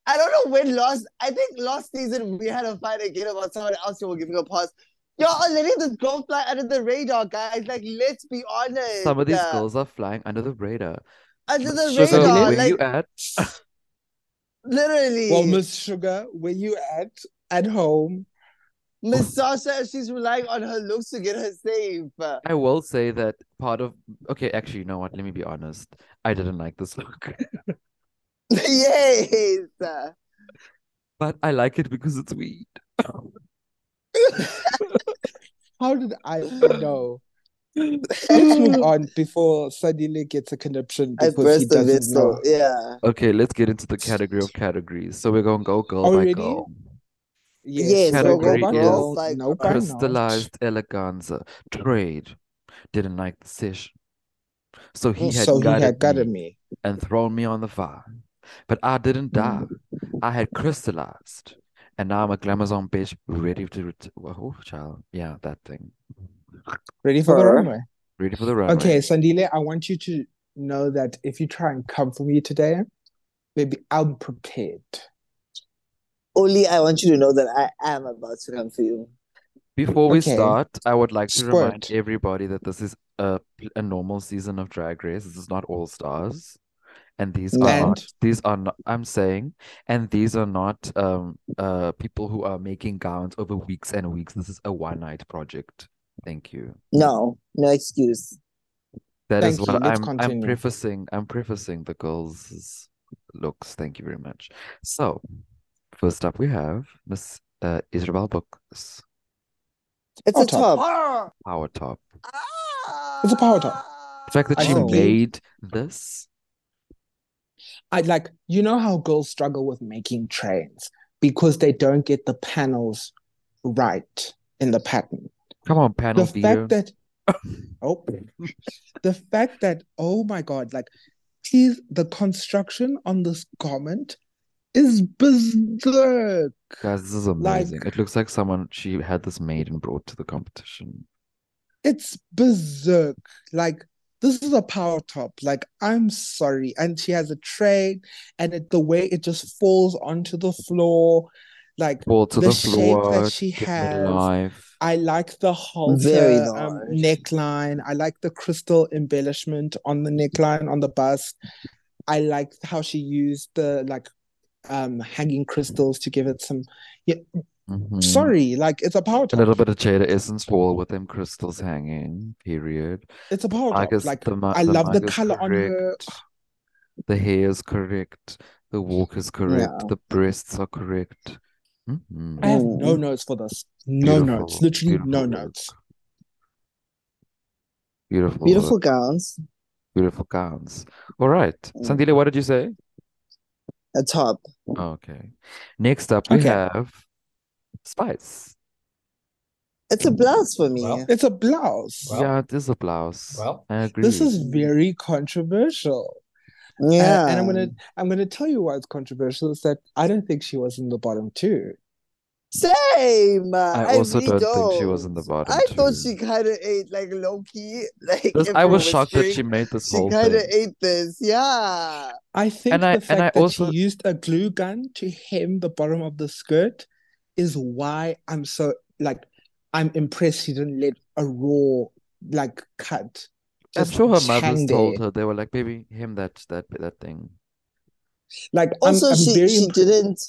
A: I don't know when last. I think last season we had a fight again about someone else who were giving a pass. You're already this girl fly under the radar, guys. Like, let's be honest.
C: Some of these
A: Uh,
C: girls are flying under the radar.
A: under the
C: Shazam,
A: radar,
C: where
A: like
C: you at?
A: literally.
B: well, Miss Sugar, where you at? At home.
A: Miss Sasha, she's relying on her looks to get her safe.
C: I will say that part of okay, actually, you know what? Let me be honest. I didn't like this look,
A: yes.
C: but I like it because it's weed.
B: How did I know? Let's move on before Sandile gets a connection
A: I
B: because he
A: burst the
B: doesn't know.
A: vessel. Yeah.
C: Okay, let's get into the category of categories. So we're gonna go girl by
B: Already?
C: girl.
A: Yes,
C: we'll go by
B: girl,
A: girls, like,
B: no by not.
C: Crystallized eleganza. Trade. Didn't like the session. So he had
B: Oh, so he
C: gutted
B: had gutted
C: me
B: me.
C: and thrown me on the fire. But I didn't die.
B: Mm.
C: I had crystallized. And now I'm a glamazon bitch ready to ret- oh, child. Yeah, that thing.
B: Ready for the
A: Her.
B: runway?
C: Ready for the runway.
B: Okay, Sandile, I want you to know that if you try and come for me today, baby, I'm prepared.
A: Only I want you to know that I am about to come for you.
C: Before we
B: Okay.
C: start, I would like to remind
B: Squirt.
C: everybody that this is a pl- a normal season of Drag Race. This is not All Stars, and these are
B: And?
C: not these are not. I'm saying, and these are not um uh people who are making gowns over weeks and weeks. This is a one night project. Thank you.
A: No, no excuse.
C: That is
B: Thank
C: what
B: you. Let's
C: I'm I'm
B: continue.
C: prefacing. I'm prefacing the girls' looks. Thank you very much. So, first up we have Miss uh, Isabel Books,
A: It's
B: I'll
A: a
B: talk.
A: top.
F: Ah.
C: Power Top.
B: It's a power top.
C: The fact that
B: I
C: she
B: think-
C: made this.
B: I like, you know how girls struggle with making trains because they don't get the panels right in the pattern.
C: Come on, panel
B: The
C: beater.
B: fact that, oh, the fact that, oh my God, like, please, the construction on this garment is berserk.
C: Guys, this is amazing. It looks like someone she had this made and brought to the competition.
B: It's berserk. Like this is a power top. Like I'm sorry, and she has a tray, and it, the way it just falls onto the floor, like
C: Fall to
B: The
C: the,
B: shape that
C: floor.
B: she
C: get
B: has.
C: midlife.
B: I like the halter,
A: Very
B: um,
A: large.
B: neckline. I like the crystal embellishment on the neckline on the bust. I like how she used the like um hanging crystals to give it some.
C: Mhm.
B: Sorry, like it's a power
C: A
B: top.
C: little bit of cheddar essence fall with them crystals hanging. Period.
B: It's a power
C: I
B: top.
C: guess
B: Like
C: the, ma-
B: I love the
C: mug is
B: color on her.
C: correct. The hair is correct. The walk is correct.
B: Yeah.
C: The breasts are correct. Mhm.
B: I have no
A: Mm.
B: notes for this. No
C: Beautiful,
B: notes. Literally no
C: beautiful work.
B: notes.
C: Beautiful.
A: Beautiful
C: work,
A: gowns.
C: Beautiful gowns. All right.
A: Mm.
C: Sandile, what did you say?
A: A top.
C: Okay. Next up, we
B: Okay.
C: have Spice.
A: It's a blouse for me.
E: Well.
B: It's a blouse.
E: Well,
C: yeah, it is a blouse.
E: well.
C: I agree.
B: This is very controversial. And-
A: yeah.
B: And, I'm gonna I'm gonna tell you why it's controversial is that I don't think she was in the bottom two.
A: Same.
C: I also
A: really
C: don't think she was in the bottom.
A: I thought
C: two.
A: she kind of ate like low key. Like
C: This- I
A: everyone
C: was shocked that she
A: cheering.
C: made this
A: she
C: whole
A: kind of
C: thing.
A: ate this. Yeah.
B: I think
C: And I-
B: the
C: and
B: fact
C: I
B: that
C: also-
B: she used a glue gun to hem the bottom of the skirt is why I'm so like I'm impressed she didn't let a raw like cut.
C: I'm
B: just
C: sure her
B: hang
C: mothers told
B: there.
C: her they were like, "Baby, him that that that thing."
B: Like I'm-
A: Also,
B: I'm,
A: she
B: very
A: she
B: impre-
A: didn't.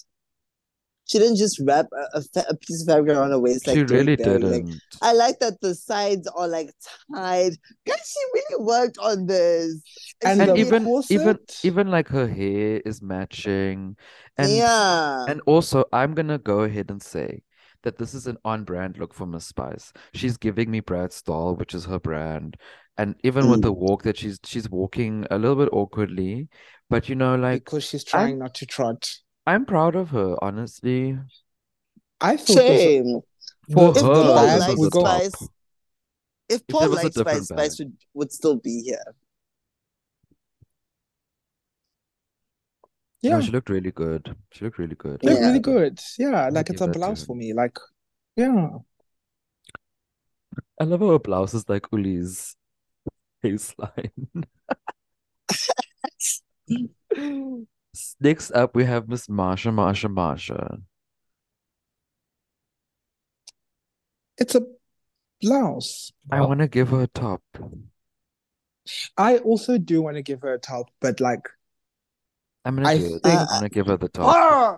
A: She didn't just wrap a, a, fa- a piece of fabric around her waist. Like
C: she
A: doing
C: really
A: that, like,
C: didn't.
A: I like that the sides are like tied. Guys, she really worked on this.
B: And
A: she
C: and
B: the
A: really-
C: even even
B: corset?
C: even like her hair is matching, and
A: yeah,
C: And also, I'm gonna go ahead and say that this is an on-brand look for Miss Spice. She's giving me Brad's doll, which is her brand. And even with the walk that she's she's walking a little bit awkwardly, but you know, like
B: because she's trying not to trot.
C: I'm proud of her, honestly.
B: I thought this,
A: shame.
C: For
B: this
A: If
C: her,
A: Paul
C: this
B: collab
A: likes
C: was
B: would
C: a top.
A: Spice, if
C: there
A: Paul
C: was a
A: liked Spice,
C: different
A: Spice would, would still be here.
C: No,
B: Yeah,
C: she looked really good. She looked really good.
B: look
A: Yeah.
B: really good. Yeah,
C: I'll
B: like
C: give
B: it's a
C: that to
B: blouse
C: her.
B: for me. Like, yeah.
C: I love how her blouse is like Uli's baseline. S- Next up, we have Miss Marsha, Marsha, Marsha.
B: It's a blouse.
C: I want to give her a top.
B: I also do want to give her a top, but like
C: I'm gonna
B: I
C: do it.
B: think-
C: I'm gonna give her the top.
F: Ah!
A: Uh,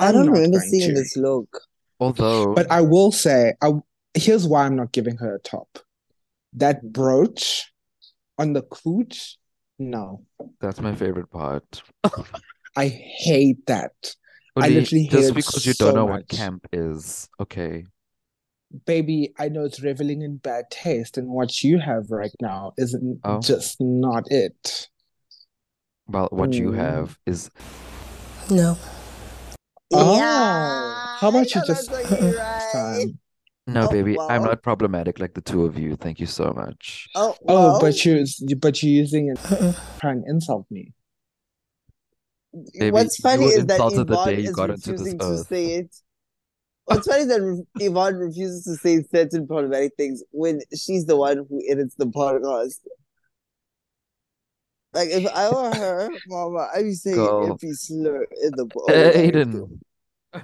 A: I
B: I'm
A: don't
B: not
A: remember
B: going
A: seeing
B: to.
A: this look.
C: Although,
B: But I will say, I, here's why I'm not giving her a top. That brooch on the cooch, no,
C: that's my favorite part.
B: I hate that. I
C: Uli,
B: literally hate
C: just
B: it
C: because you don't
B: so
C: know what
B: much.
C: camp is, okay?
B: Baby, I know it's reveling in bad taste, and what you have right now isn't
C: Oh.
B: just not it.
C: Well, what you
B: Mm.
C: have is
E: No.
B: Oh,
F: Yeah,
B: how about you
F: I know
B: just-
F: that's looking
A: Uh,
F: right.
B: Um,
C: no,
F: Oh,
C: baby. I'm
F: well.
C: not problematic like the two of you. Thank you so much.
F: Oh,
B: oh,
F: well,
B: but you, but you're using it to try and insult me.
C: Baby,
A: What's
C: you
A: funny
C: were
A: is that
C: insulted the
A: Yvonne
C: day you
A: is
C: got onto this
A: refusing to
C: earth.
A: say it. What's funny is that Re- Yvonne refuses to say certain problematic things when she's the one who edits the podcast. Like if I were her, Mama, I'd be saying
C: Girl.
A: every slur in the
B: Oh,
A: podcast.
C: Aiden.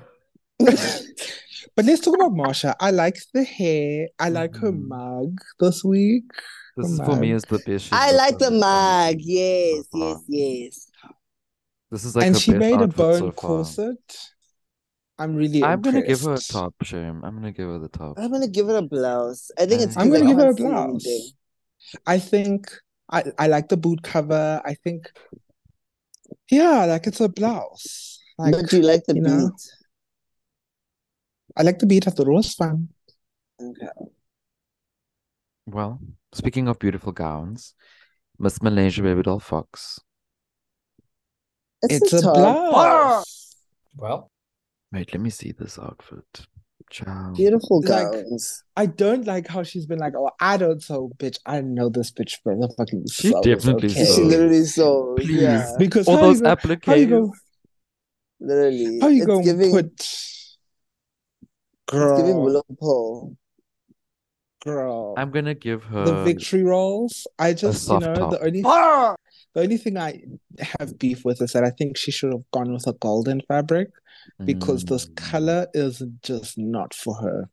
B: But let's talk about Marsha. I like the hair. I like her
C: Mhm.
B: mug this week.
C: This
B: The
C: is for me
B: mug.
C: is the best. she's
A: I
C: looked
A: like
C: on
A: the
C: this
A: mug.
C: honestly,
A: Yes,
C: so
A: yes,
C: far.
A: yes.
C: This is like
B: and
C: her
B: she
C: best
B: made a
C: outfit so
B: bone
C: far.
B: corset. I'm really
C: I'm gonna give her a
B: impressed.
C: top, Shame. I'm gonna give her the top.
A: I'm gonna give it a blouse. I think it's
C: I'm
A: because
B: gonna
A: I
B: give her
A: can't
B: a
A: see
B: blouse.
A: anything.
B: I think I, I like the boot cover. I think yeah, like it's a blouse. Like
A: but you like the
B: you
A: beat.
B: know. I like the beat of the rose fan.
A: Okay.
C: Well, speaking of beautiful gowns, Miss Malaysia Baby Doll Fox.
A: It's,
B: It's,
A: a,
B: a,
A: top.
B: blouse.
E: Well,
C: Wait, let me see this outfit. Ciao.
A: Beautiful
B: Like-
A: gowns.
B: I don't like how she's been like, oh, I don't sew, bitch. I know this bitch for the fucking
C: She
B: sews,
C: definitely
B: okay?
A: She
C: sews.
A: literally so
C: Please.
A: yeah.
B: Because
C: All
B: how
C: those
B: you go, how you go,
C: appliques.
A: Literally.
B: how you
A: it's
B: gonna
A: giving
B: put
A: it's giving
B: girl,
A: willow pole.
B: girl.
C: I'm gonna give her
B: the victory rolls. I just, you
C: Um, soft
B: know,
C: top.
B: the only
F: Ah!
B: the only thing I have beef with is that I think she should have gone with a golden fabric because this
C: Mm.
B: color is just not for her.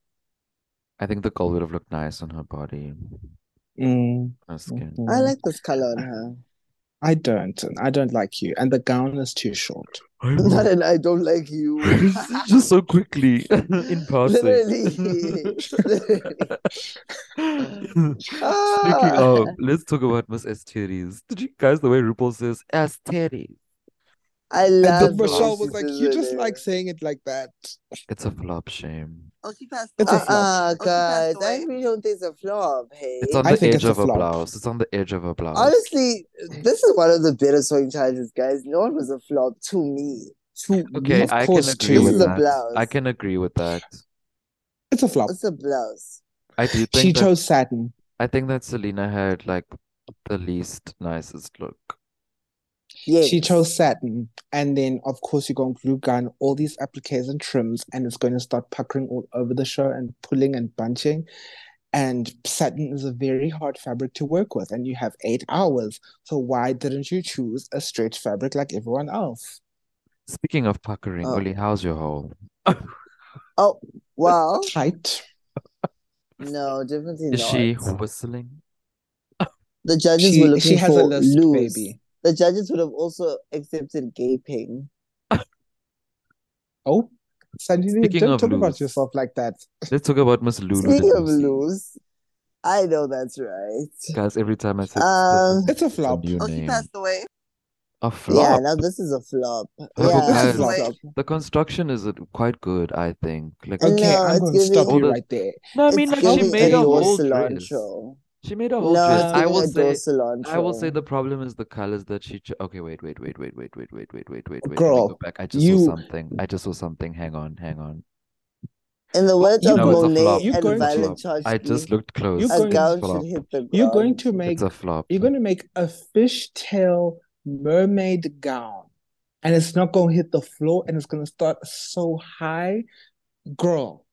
C: I think the gold would have looked nice on her body,
B: Mm,
C: her skin.
B: mhm.
A: I like this color on her.
B: I don't, and I don't like you, and the gown is too short.
A: Not and I don't like you.
C: Just so quickly in passing.
A: Literally.
C: Speaking
A: Ah.
C: of, let's talk about Miss S titties. Did you guys the way RuPaul says S titties?
A: I
B: And
A: love
B: then
A: the way
B: Michelle
A: she
B: was like,
A: says
B: "You
A: it
B: just
A: there.
B: like saying it like that."
C: It's
B: Mm.
C: a flop shame.
F: Oh, she passed
B: It's a
F: away.
B: flop.
A: Uh-uh,
F: Oh, she
A: guys.
F: passed
A: I
F: away?
A: really don't think it's a flop, hey.
C: It's on
B: I
C: the edge
B: think it's a
C: of a
B: flop.
C: blouse. It's on the edge of a blouse.
A: Honestly, this is one of the better sewing challenges, guys. No one was a flop to me. To
C: okay,
B: of
C: I can
B: course,
C: agree
B: too.
C: with
A: This is a
C: that. I
A: blouse.
C: can agree with that.
B: It's a flop.
A: it's a blouse.
C: I do think
B: She
C: that
B: chose satin.
C: I think that Selena had like the least nicest look.
A: Yes.
B: She chose satin, and then of course you're going to glue gun all these appliques and trims, and it's going to start puckering all over the show and pulling and bunching. And satin is a very hard fabric to work with, and you have eight hours. So why didn't you choose a stretch fabric like everyone else?
C: Speaking of puckering,
A: Oh.
C: Oli, how's your hole?
A: Well,
B: Tight.
A: no, definitely
C: Is
A: not.
C: she whistling?
A: The judges were
B: She
A: looking
B: she has
A: for
B: a list,
A: loose.
B: baby.
A: The judges would have also accepted gaping.
B: Oh, Sanjay,
C: Speaking
B: don't
C: of
B: talk about
C: loose.
B: yourself like that.
C: Let's talk about Miss Lulu
A: Speaking of
C: Delusi.
A: loose, I know that's right.
C: Guys, every time I say this
A: Um,
C: person's
B: It's a flop.
C: new
F: Oh, she
C: name.
F: passed away.
C: A
A: Yeah,
C: flop.
A: now this is a flop.
C: Oh,
A: yeah,
B: guys.
A: this is a flop.
C: The construction is uh, quite good, I think. Like,
B: Okay,
A: No,
B: I'm
A: it's
B: going to stop
A: giving-
B: you right there.
C: no, I
A: It's
C: mean, like, she
A: giving
C: made a
A: indoor
C: whole dress.
A: cilantro.
C: She made a whole
A: No,
C: dress.
A: it's
C: I
A: giving
C: will
A: indoor
C: say,
A: cilantro.
C: I will say the problem is the colors that she cho- Okay, wait, wait, wait, wait, wait, wait, wait, wait, wait, wait. Let me
B: Girl,
C: go back. I just saw
B: you-
C: something. I just saw something. Hang on, hang on.
A: In the words
B: You
A: of
B: know it's a
A: Monet
C: flop.
B: You're
A: and
B: going to-
A: Violet
C: I
A: Chachki,
C: just looked close.
B: You're
A: a
B: going-
A: gown
C: It's a flop.
A: should hit the ground.
B: You're going to make
C: It's a flop.
B: You're going to make a fishtail mermaid gown and it's not gonna hit the floor and it's gonna start so high, girl.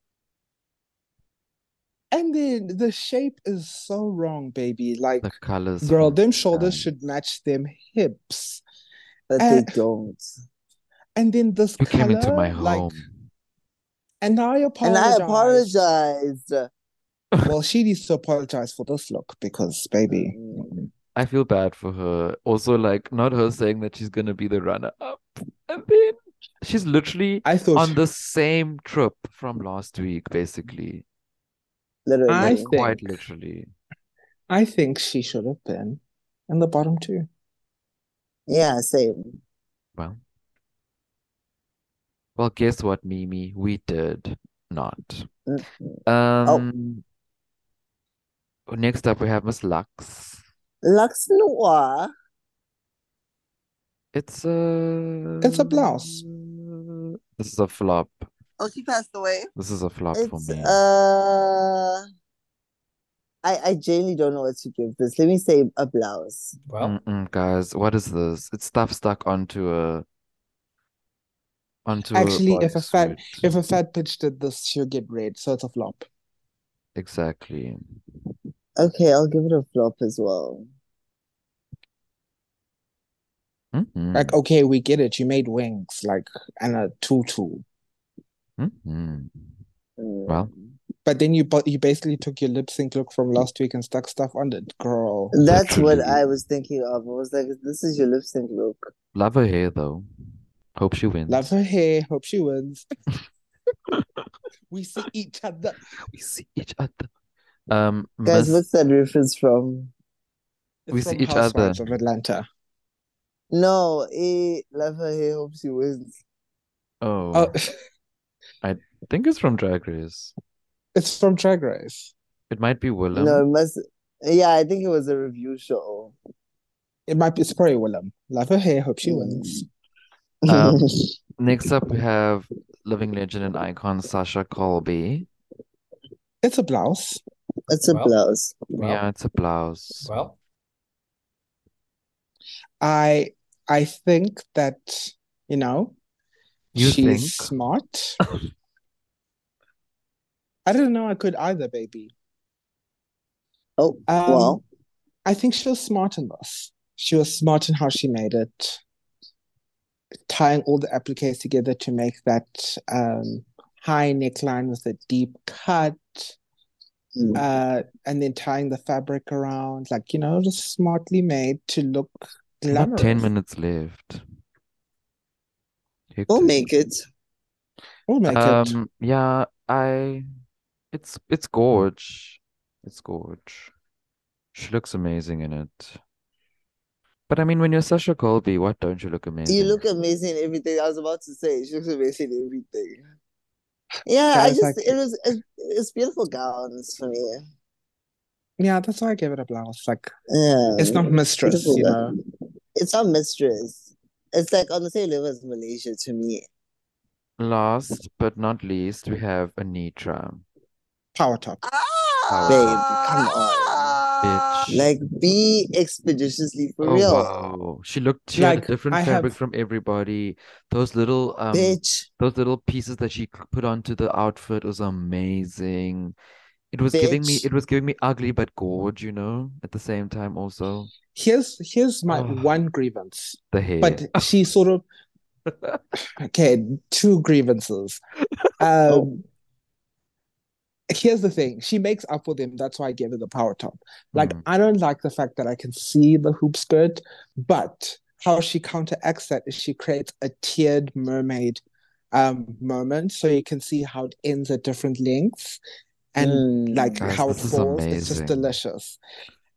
B: And then the shape is so wrong, baby. Like,
C: The colors.
B: girl,
C: from
B: them shoulders
C: Japan.
B: should match them hips.
A: But they
B: Uh,
A: don't.
B: And then this
C: You came into
B: color,
C: my
B: like,
C: home.
B: and now I
A: And I
B: apologize.
A: apologized.
B: Well, she needs to apologize for this look because, baby,
C: Um,
A: Mm.
C: I feel bad for her. Also, like, not her saying that she's gonna be the runner up. And then she's literally
B: I thought
C: on the same trip from last week, basically.
A: Literally.
B: I
C: Quite
B: think-
C: literally.
B: I think she should have been in the bottom two.
A: Yeah, same.
C: Well. Well, guess what, Mimi? We did not.
A: Mm-mm.
C: Um,
B: Oh.
C: next up we have Miss Lux.
A: Lux Noir.
C: It's a
B: It's a blouse.
C: This is a flop.
A: Oh, she passed away.
C: This is a flop for
A: It's
C: me.
A: uh, I I genuinely don't know what to give this. Let me say a blouse.
E: Well,
C: Mm-mm, guys, what is this? It's stuff stuck onto a onto a
B: Actually, if a fat-
C: bodysuit.
B: If a fat bitch did this, she'll get red, so it's a flop.
C: Exactly.
A: Okay, I'll give it a flop as well.
C: Mm-hmm.
B: Like, okay, we get it. You made wings, like, and a tutu,
C: mm-hmm.
A: Mm.
C: Well.
B: but then you but you basically took your lip sync look from last week and stuck stuff on it, girl.
A: That's what
C: Literally.
A: I was thinking of. I was like, this is your lip sync look.
C: Love her hair though. Hope she wins.
B: Love her hair. Hope she wins. we see each other.
C: We see each other. Um,
A: Guys,
C: Miss-
A: what's that reference from?
C: We
B: It's
C: see
B: from
C: each other.
B: Housewives of Atlanta.
A: No, eh, love her hair, hope she wins.
C: oh,
B: Oh,
C: I think it's from Drag Race.
B: it's from Drag Race.
C: It might be Willem.
A: No, it must. Yeah, I think it was a review show.
B: It might be. It's probably Willem. Love her hair. Hope she
C: Hmm.
B: wins.
C: Um, Next up, we have living legend and icon Sasha Colby.
B: It's a blouse.
A: it's a
E: well.
A: blouse.
E: well,
C: Yeah, it's a blouse.
E: well.
B: I I think that you know
C: You
B: she's
C: think?
B: smart. I don't know. I could either, baby.
A: Oh,
B: Um,
A: well,
B: I think she was smart in this. She was smart in how she made it, tying all the appliques together to make that um, high neckline with a deep cut,
A: Mm.
B: uh, and then tying the fabric around, like you know, just smartly made to look
C: We have
B: glamorous.
C: 10 minutes left.
A: we'll
C: Hectic.
A: make it.
B: We'll make it.
C: Um, yeah, I it's it's gorge. It's gorge. She looks amazing in it. But I mean, when you're Sasha Colby, what don't you look amazing?
A: You look amazing in everything. I was about to say she looks amazing in everything. Yeah, I
B: Guys,
A: just
B: like-
A: it was it, it's beautiful gowns for me.
B: Yeah, that's why I gave it a blouse. Like
A: Yeah,
B: it's not mistress,
A: beautiful
B: you know.
A: gown. It's not mistress. It's like on the same level as Malaysia to me.
C: Last but not least, we have Anitra.
B: Power top.
A: Ah!
C: Bitch.
A: Like be expeditiously for
C: Oh
A: real,
C: wow. She looked she had a
B: Like,
C: different
B: I
C: fabric
B: have-
C: from everybody. Those little um
A: bitch.
C: those little pieces that she c- put onto the outfit was amazing. It was giving me
A: Bitch.
C: it was giving me ugly but gorge, you know, at the same time also.
B: Here's here's my
C: Ugh.
B: one grievance.
C: The hair.
B: But she sort of okay, two grievances. Um here's the thing. She makes up for them. That's why I gave her the power top. Like
C: Mm.
B: I don't like the fact that I can see the hoop skirt, but how she counteracts that is she creates a tiered mermaid um moment so you can see how it ends at different lengths and
A: Mm.
B: like
C: Guys,
B: how it
C: this is
B: falls. It's just
C: amazing.
B: delicious.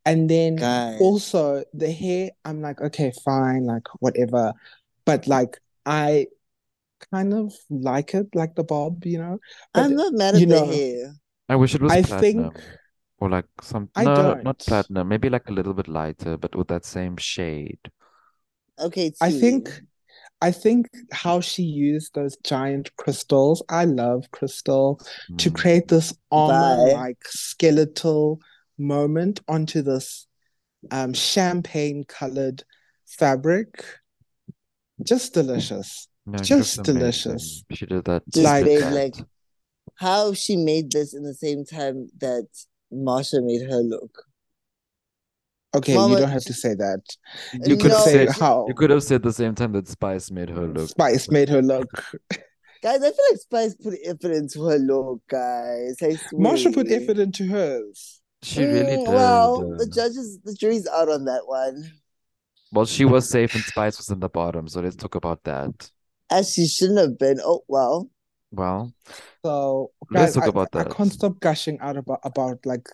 B: And then
A: guys.
B: also the hair, I'm like, okay, fine, like whatever. But like I kind of like it, like the bob, you know. But
A: I'm not mad
B: you
A: at the
B: know,
A: hair.
C: I wish it was
B: I
C: platinum.
B: think
C: Or like some
B: I
C: no, not
B: don't.
C: platinum, maybe like a little bit lighter, but with that same shade.
A: Okay,
B: I
C: Hmm.
A: T.
B: think I think how she used those giant crystals, I love crystal, to
C: Mm.
B: create this armor
A: Bye.
B: like skeletal moment onto this um champagne colored fabric. just delicious.
C: No, she
B: Just
C: looks amazing.
B: delicious.
C: She did that.
A: Just
B: Like-
A: made,
C: that.
A: like how she made this in the same time that Marsha made her look.
B: Okay,
A: Mama-
B: you don't have to say that.
C: You could
A: No,
B: say
C: say
B: how
C: you could have said the same time that Spice made her look.
B: Spice made her look.
A: Guys, I feel like Spice put effort into her look, guys. I
B: Marsha put
A: swear.
B: effort into hers.
C: She really
A: Mm,
C: did.
A: Well, the
C: uh,
A: judges, the jury's out on that one.
C: well, she was safe and Spice was in the bottom, so let's talk about that.
A: As she shouldn't have been. Oh well.
C: Well,
B: So
C: Let's
B: guys,
C: talk
B: I,
C: about
B: I
C: that.
B: can't stop gushing out about about like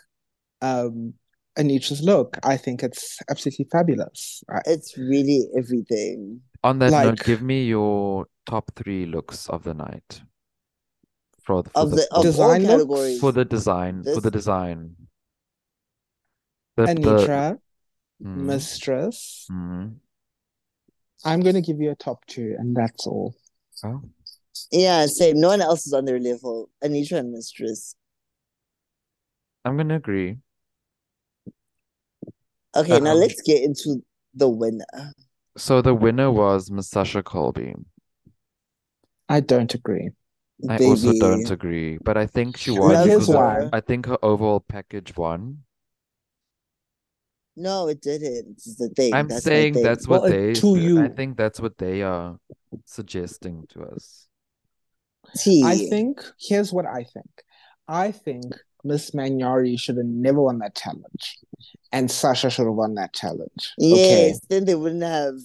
B: um Anitra's look. I think it's absolutely fabulous. I,
A: It's really everything.
C: on that note,
B: Like-
C: give me your top three looks of the night. For the, for
A: Of the of all
B: Design looks?
A: categories.
C: for the design, for the
A: This-
C: design. The, the-
B: Anitra,
C: Mhm,
B: mistress.
C: mhm.
B: I'm gonna give you a top two, and that's all.
C: Oh,
A: Yeah, same. No one else is on their level. Anitra and Mistress.
C: I'm gonna agree.
A: Okay, now
C: Um,
A: let's get into the winner.
C: So the winner was Miss Sasha Colby.
B: I don't agree.
C: I
A: Baby.
C: also don't agree, but I think she won because
A: Love
B: Here's
C: of-
B: why.
C: I think her overall package won.
A: No, it didn't. It's the thing.
C: I'm
A: that's my
C: saying
A: thing.
C: that's what
B: Well, uh,
C: they
B: to
C: said. I
B: you.
C: think that's what they are suggesting to us.
A: T.
B: I think here's what I think. I think Miss Magnari should have never won that challenge, and Sasha should have won that challenge. Okay.
A: Yes, then they wouldn't have.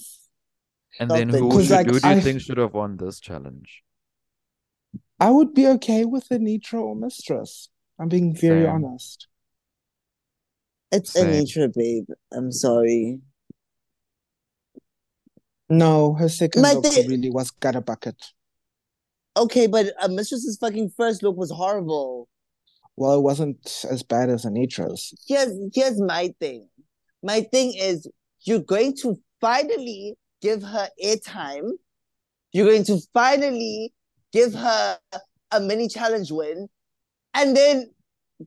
C: And
A: Not
C: then
A: that-
C: who
A: 'Cause,
C: should,
B: like,
C: who do you
B: I-
C: think should have won this challenge?
B: I would be okay with Anitra or Mistress. I'm being very
C: Same.
B: honest.
A: It's
C: Same.
A: Anitra, babe. I'm sorry.
B: No, her second
A: My
B: look
A: thi-
B: really was gutter bucket.
A: Okay, but uh, Mistress's fucking first look was horrible.
B: Well, it wasn't as bad as Anitra's.
A: here's here's my thing. My thing is you're going to finally give her airtime. You're going to finally give her a mini challenge win, and then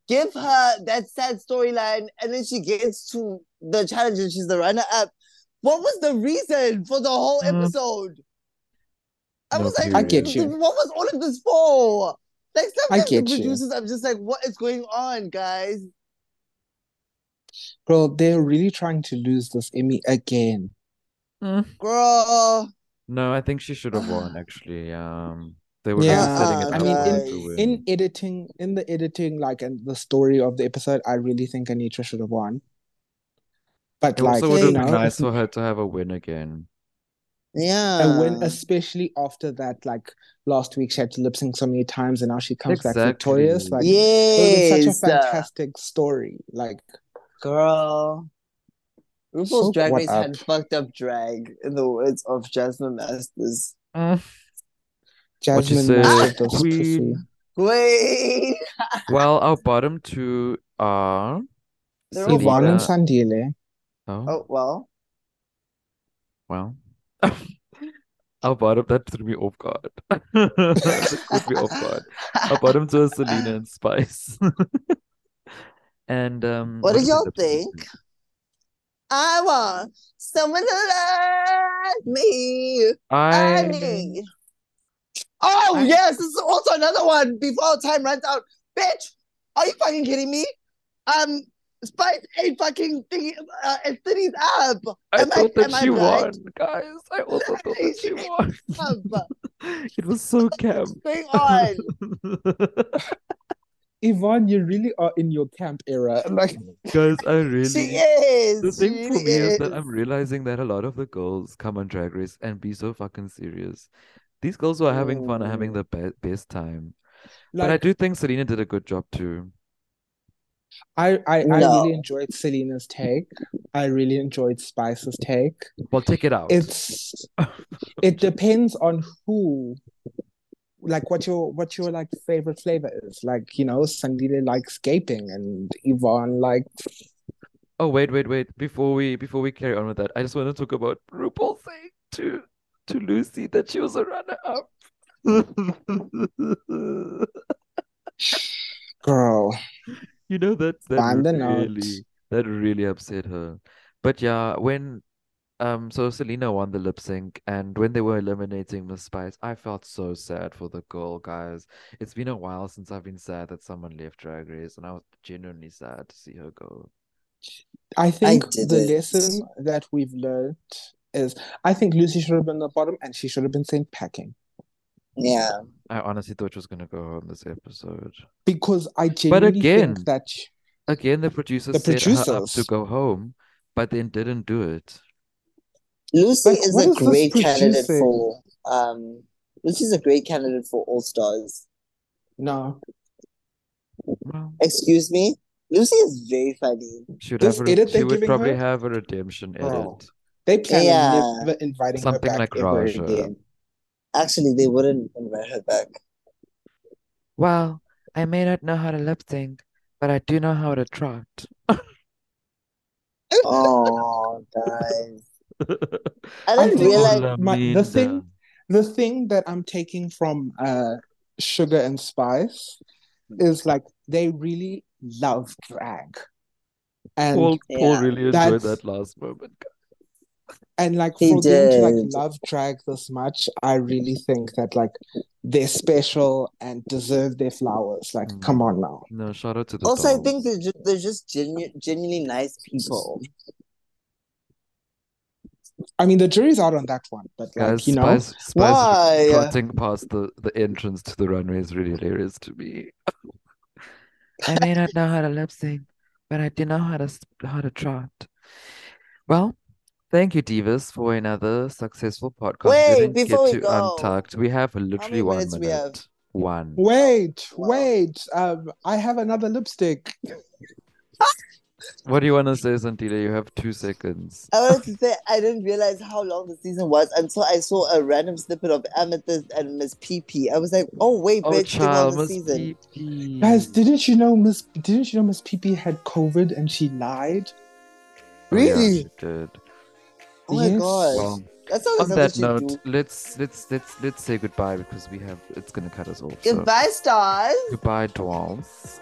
A: give her that sad storyline, and then she gets to the challenge and she's the runner up. What was the reason for the whole
C: Mm.
A: episode? I
C: No
A: was like,
B: Mm-hmm. I get you.
A: what was all of this for? Like sometimes
B: get
A: the
B: you.
A: producers, I'm just like, what is going on, guys?
B: Girl, they're really trying to lose this Emmy again.
A: Girl.
C: No, I think she should have won actually. Um, they were
B: Yeah.
C: really setting it up
A: Uh-uh,
B: I mean,
C: for her
A: guys.
C: to
B: In
C: win.
B: editing, in the editing, like and the story of the episode, I really think Anitra should have won. But
C: It
B: like,
C: also would
B: you
C: have
A: Hey,
C: been
B: know,
C: nice
B: if-
C: for her to have a win again.
A: Yeah.
B: and when especially after that, like last week, she had to lip sync so many times, and now she comes back victorious. Like,
C: Exactly.
B: it
A: yes,
B: was such a fantastic story. Like,
A: girl. RuPaul's
B: So
A: Drag
B: what
A: Race had
B: up?
A: fucked up drag, in the words of Jasmine Masters.
C: Mm. What you
B: Jasmine
C: said,
B: mastered this
C: queen.
B: pussy.
A: Wait,
C: Well, our bottom two are
A: They're all
B: Yvonne and
C: Selena.
B: Sandile.
C: Oh,
A: oh well,
C: well. Our bottom that threw me off guard. That threw me off guard. Our bottom two are Selena and Spice. And um,
A: What did
C: did we
A: y'all
C: lip sync
A: think?
C: to?
A: I want someone to love me. I
C: I
A: need. Oh
B: I-
A: yes, this is also another one. Before our time runs out, bitch, are you fucking kidding me? Um, Spice ain't fucking thingy, uh, and cities up.
C: I
A: Am I-
C: thought that
A: am I
C: she
A: right?
C: won, guys. I also thought that she won.
A: Up.
C: It was so camp.
A: Bring on.
B: Yvonne, you really are in your camp era. Like,
C: Guys, I
A: She
C: really
A: is.
C: the
A: she
C: thing for
A: really
C: me is that I'm realizing that a lot of the girls come on Drag Race and be so fucking serious. These girls who are having fun are having the
A: Mm.
C: be best time. But I
B: like
C: do think Selena did a good job too.
B: I, I, I
A: No.
B: really enjoyed Selena's take. I really enjoyed Spice's take.
C: Well, take it out.
B: It's it depends on who, like what your what your like favorite flavor is. Like you know, Sandile likes gaping, and Yvonne like
C: Oh wait, wait, wait. Before we before we carry on with that, I just want to talk about RuPaul saying to to Lucy that she was a runner up.
B: girl.
C: You know that that
B: Find the note.
C: really that really upset her. But yeah, when Um, so Selena won the lip sync, and when they were eliminating Miss Spice, I felt so sad for the girl, guys. It's been a while since I've been sad that someone left Drag Race, and I was genuinely sad to see her go.
B: I think the
A: didn't.
B: lesson that we've learned is I think Lucy should have been the bottom and she should have been sent packing
A: Yeah.
C: I honestly thought she was gonna go home this episode.
B: because I genuinely
C: again,
B: think that she-
C: Again, the producers
B: The
C: set her up to
B: producers.
C: go home, but then didn't do it.
A: Lucy
B: Like,
A: is
B: what
A: a
B: is this
A: great candidate
B: producing?
A: for um Lucy's a great candidate for All Stars.
B: no
C: Well,
A: Excuse me? Lucy is very funny.
C: she would
B: This
C: have a,
B: edit
C: she
B: they're
C: would
B: giving
C: probably
B: her?
C: have a redemption edit.
B: Bro. they plan
A: Yeah.
B: on never inviting
C: Something
B: her back
C: like
B: ever
C: Raja.
B: again.
A: Actually they wouldn't invite her back.
C: Well, I may not know how to lip sync, but I do know how to trot.
A: Oh guys. I didn't
B: think-
A: realize
B: my- the thing- The thing that I'm taking from uh Sugar and Spice
C: Mm.
B: is like they really love drag. And
C: uh, Paul, Paul
A: Yeah.
C: really enjoyed
B: That's-
C: that last moment. guys.
B: and like
A: He
B: for them to like
A: did.
B: love drag this much, I really think that like they're special and deserve their flowers. Like,
C: Mm.
B: come on now.
C: No, shout out to the
A: also I
C: dolls.
A: think they're just, they're just genu- genuinely nice people.
B: I mean, the jury's out on that one, but like
C: Guys,
B: you know,
C: Spice, Spice
A: Why? uh,
C: trotting past the, the entrance to the runway is really hilarious to me. I may not know how to lip sync, but I do know how to s- how to trot. Well, thank you, divas, for another successful podcast.
A: Wait,
C: we didn't
A: before we
C: get to
A: go,
C: untucked. We have literally
A: many
C: one
A: minutes we
C: minute.
A: have?
C: One.
B: wait,
A: Wow.
B: wait. Um, I have another lipstick.
C: What do you want to say, Santila? You have two seconds.
A: I wanted to say I didn't realize how long the season was until I saw a random snippet of Amethyst and Miss PP. I was like, oh wait,
C: Oh,
A: bitch, they're on
C: child,
A: the
C: Miss
A: season.
C: Pee
B: Guys,
C: Pee.
B: didn't you know Miss? Didn't you know Miss PP had COVID and she lied?
C: Oh, yeah,
A: Really?
C: she did.
A: Oh my
B: Yes.
A: god.
C: Well,
A: That
C: on
A: sounds like
C: that
A: something
C: note,
A: you do.
C: let's let's let's let's say goodbye because we have it's gonna cut us off. so-
A: Goodbye, stars.
C: goodbye, dwarves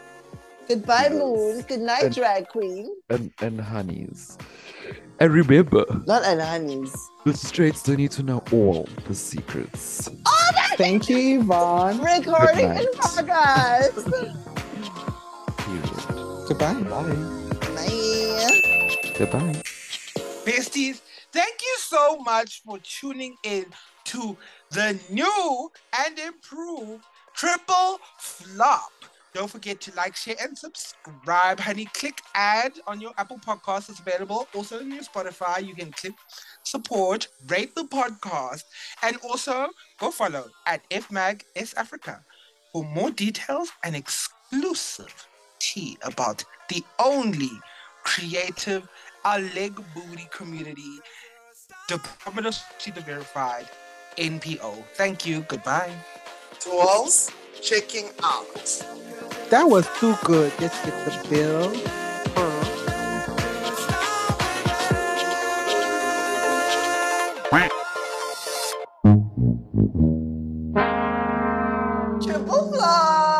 A: Goodbye,
C: Yes.
A: moon. Good night,
C: And-
A: drag queen.
C: and and honeys. And remember,
A: Not and honeys.
C: the straights don't need to know all the secrets.
B: Thank you, Yvonne.
A: Recording in
C: night.
A: progress.
C: Period.
B: Goodbye.
C: Bye.
A: Bye.
C: Goodbye.
D: Besties, thank you so much for tuning in to the new and improved Triple Flop. Don't forget to like, share, and subscribe, honey. Click add on your Apple Podcast. It's available also on your Spotify. You can click support, rate the podcast, and also go follow at FMAG S Africa for more details and exclusive tea about the only creative our leg booty community, Department of Safety the Verified, NPO. Thank you. Goodbye. To all checking out.
B: That was too good. Let's get the bill.
A: Triple flop.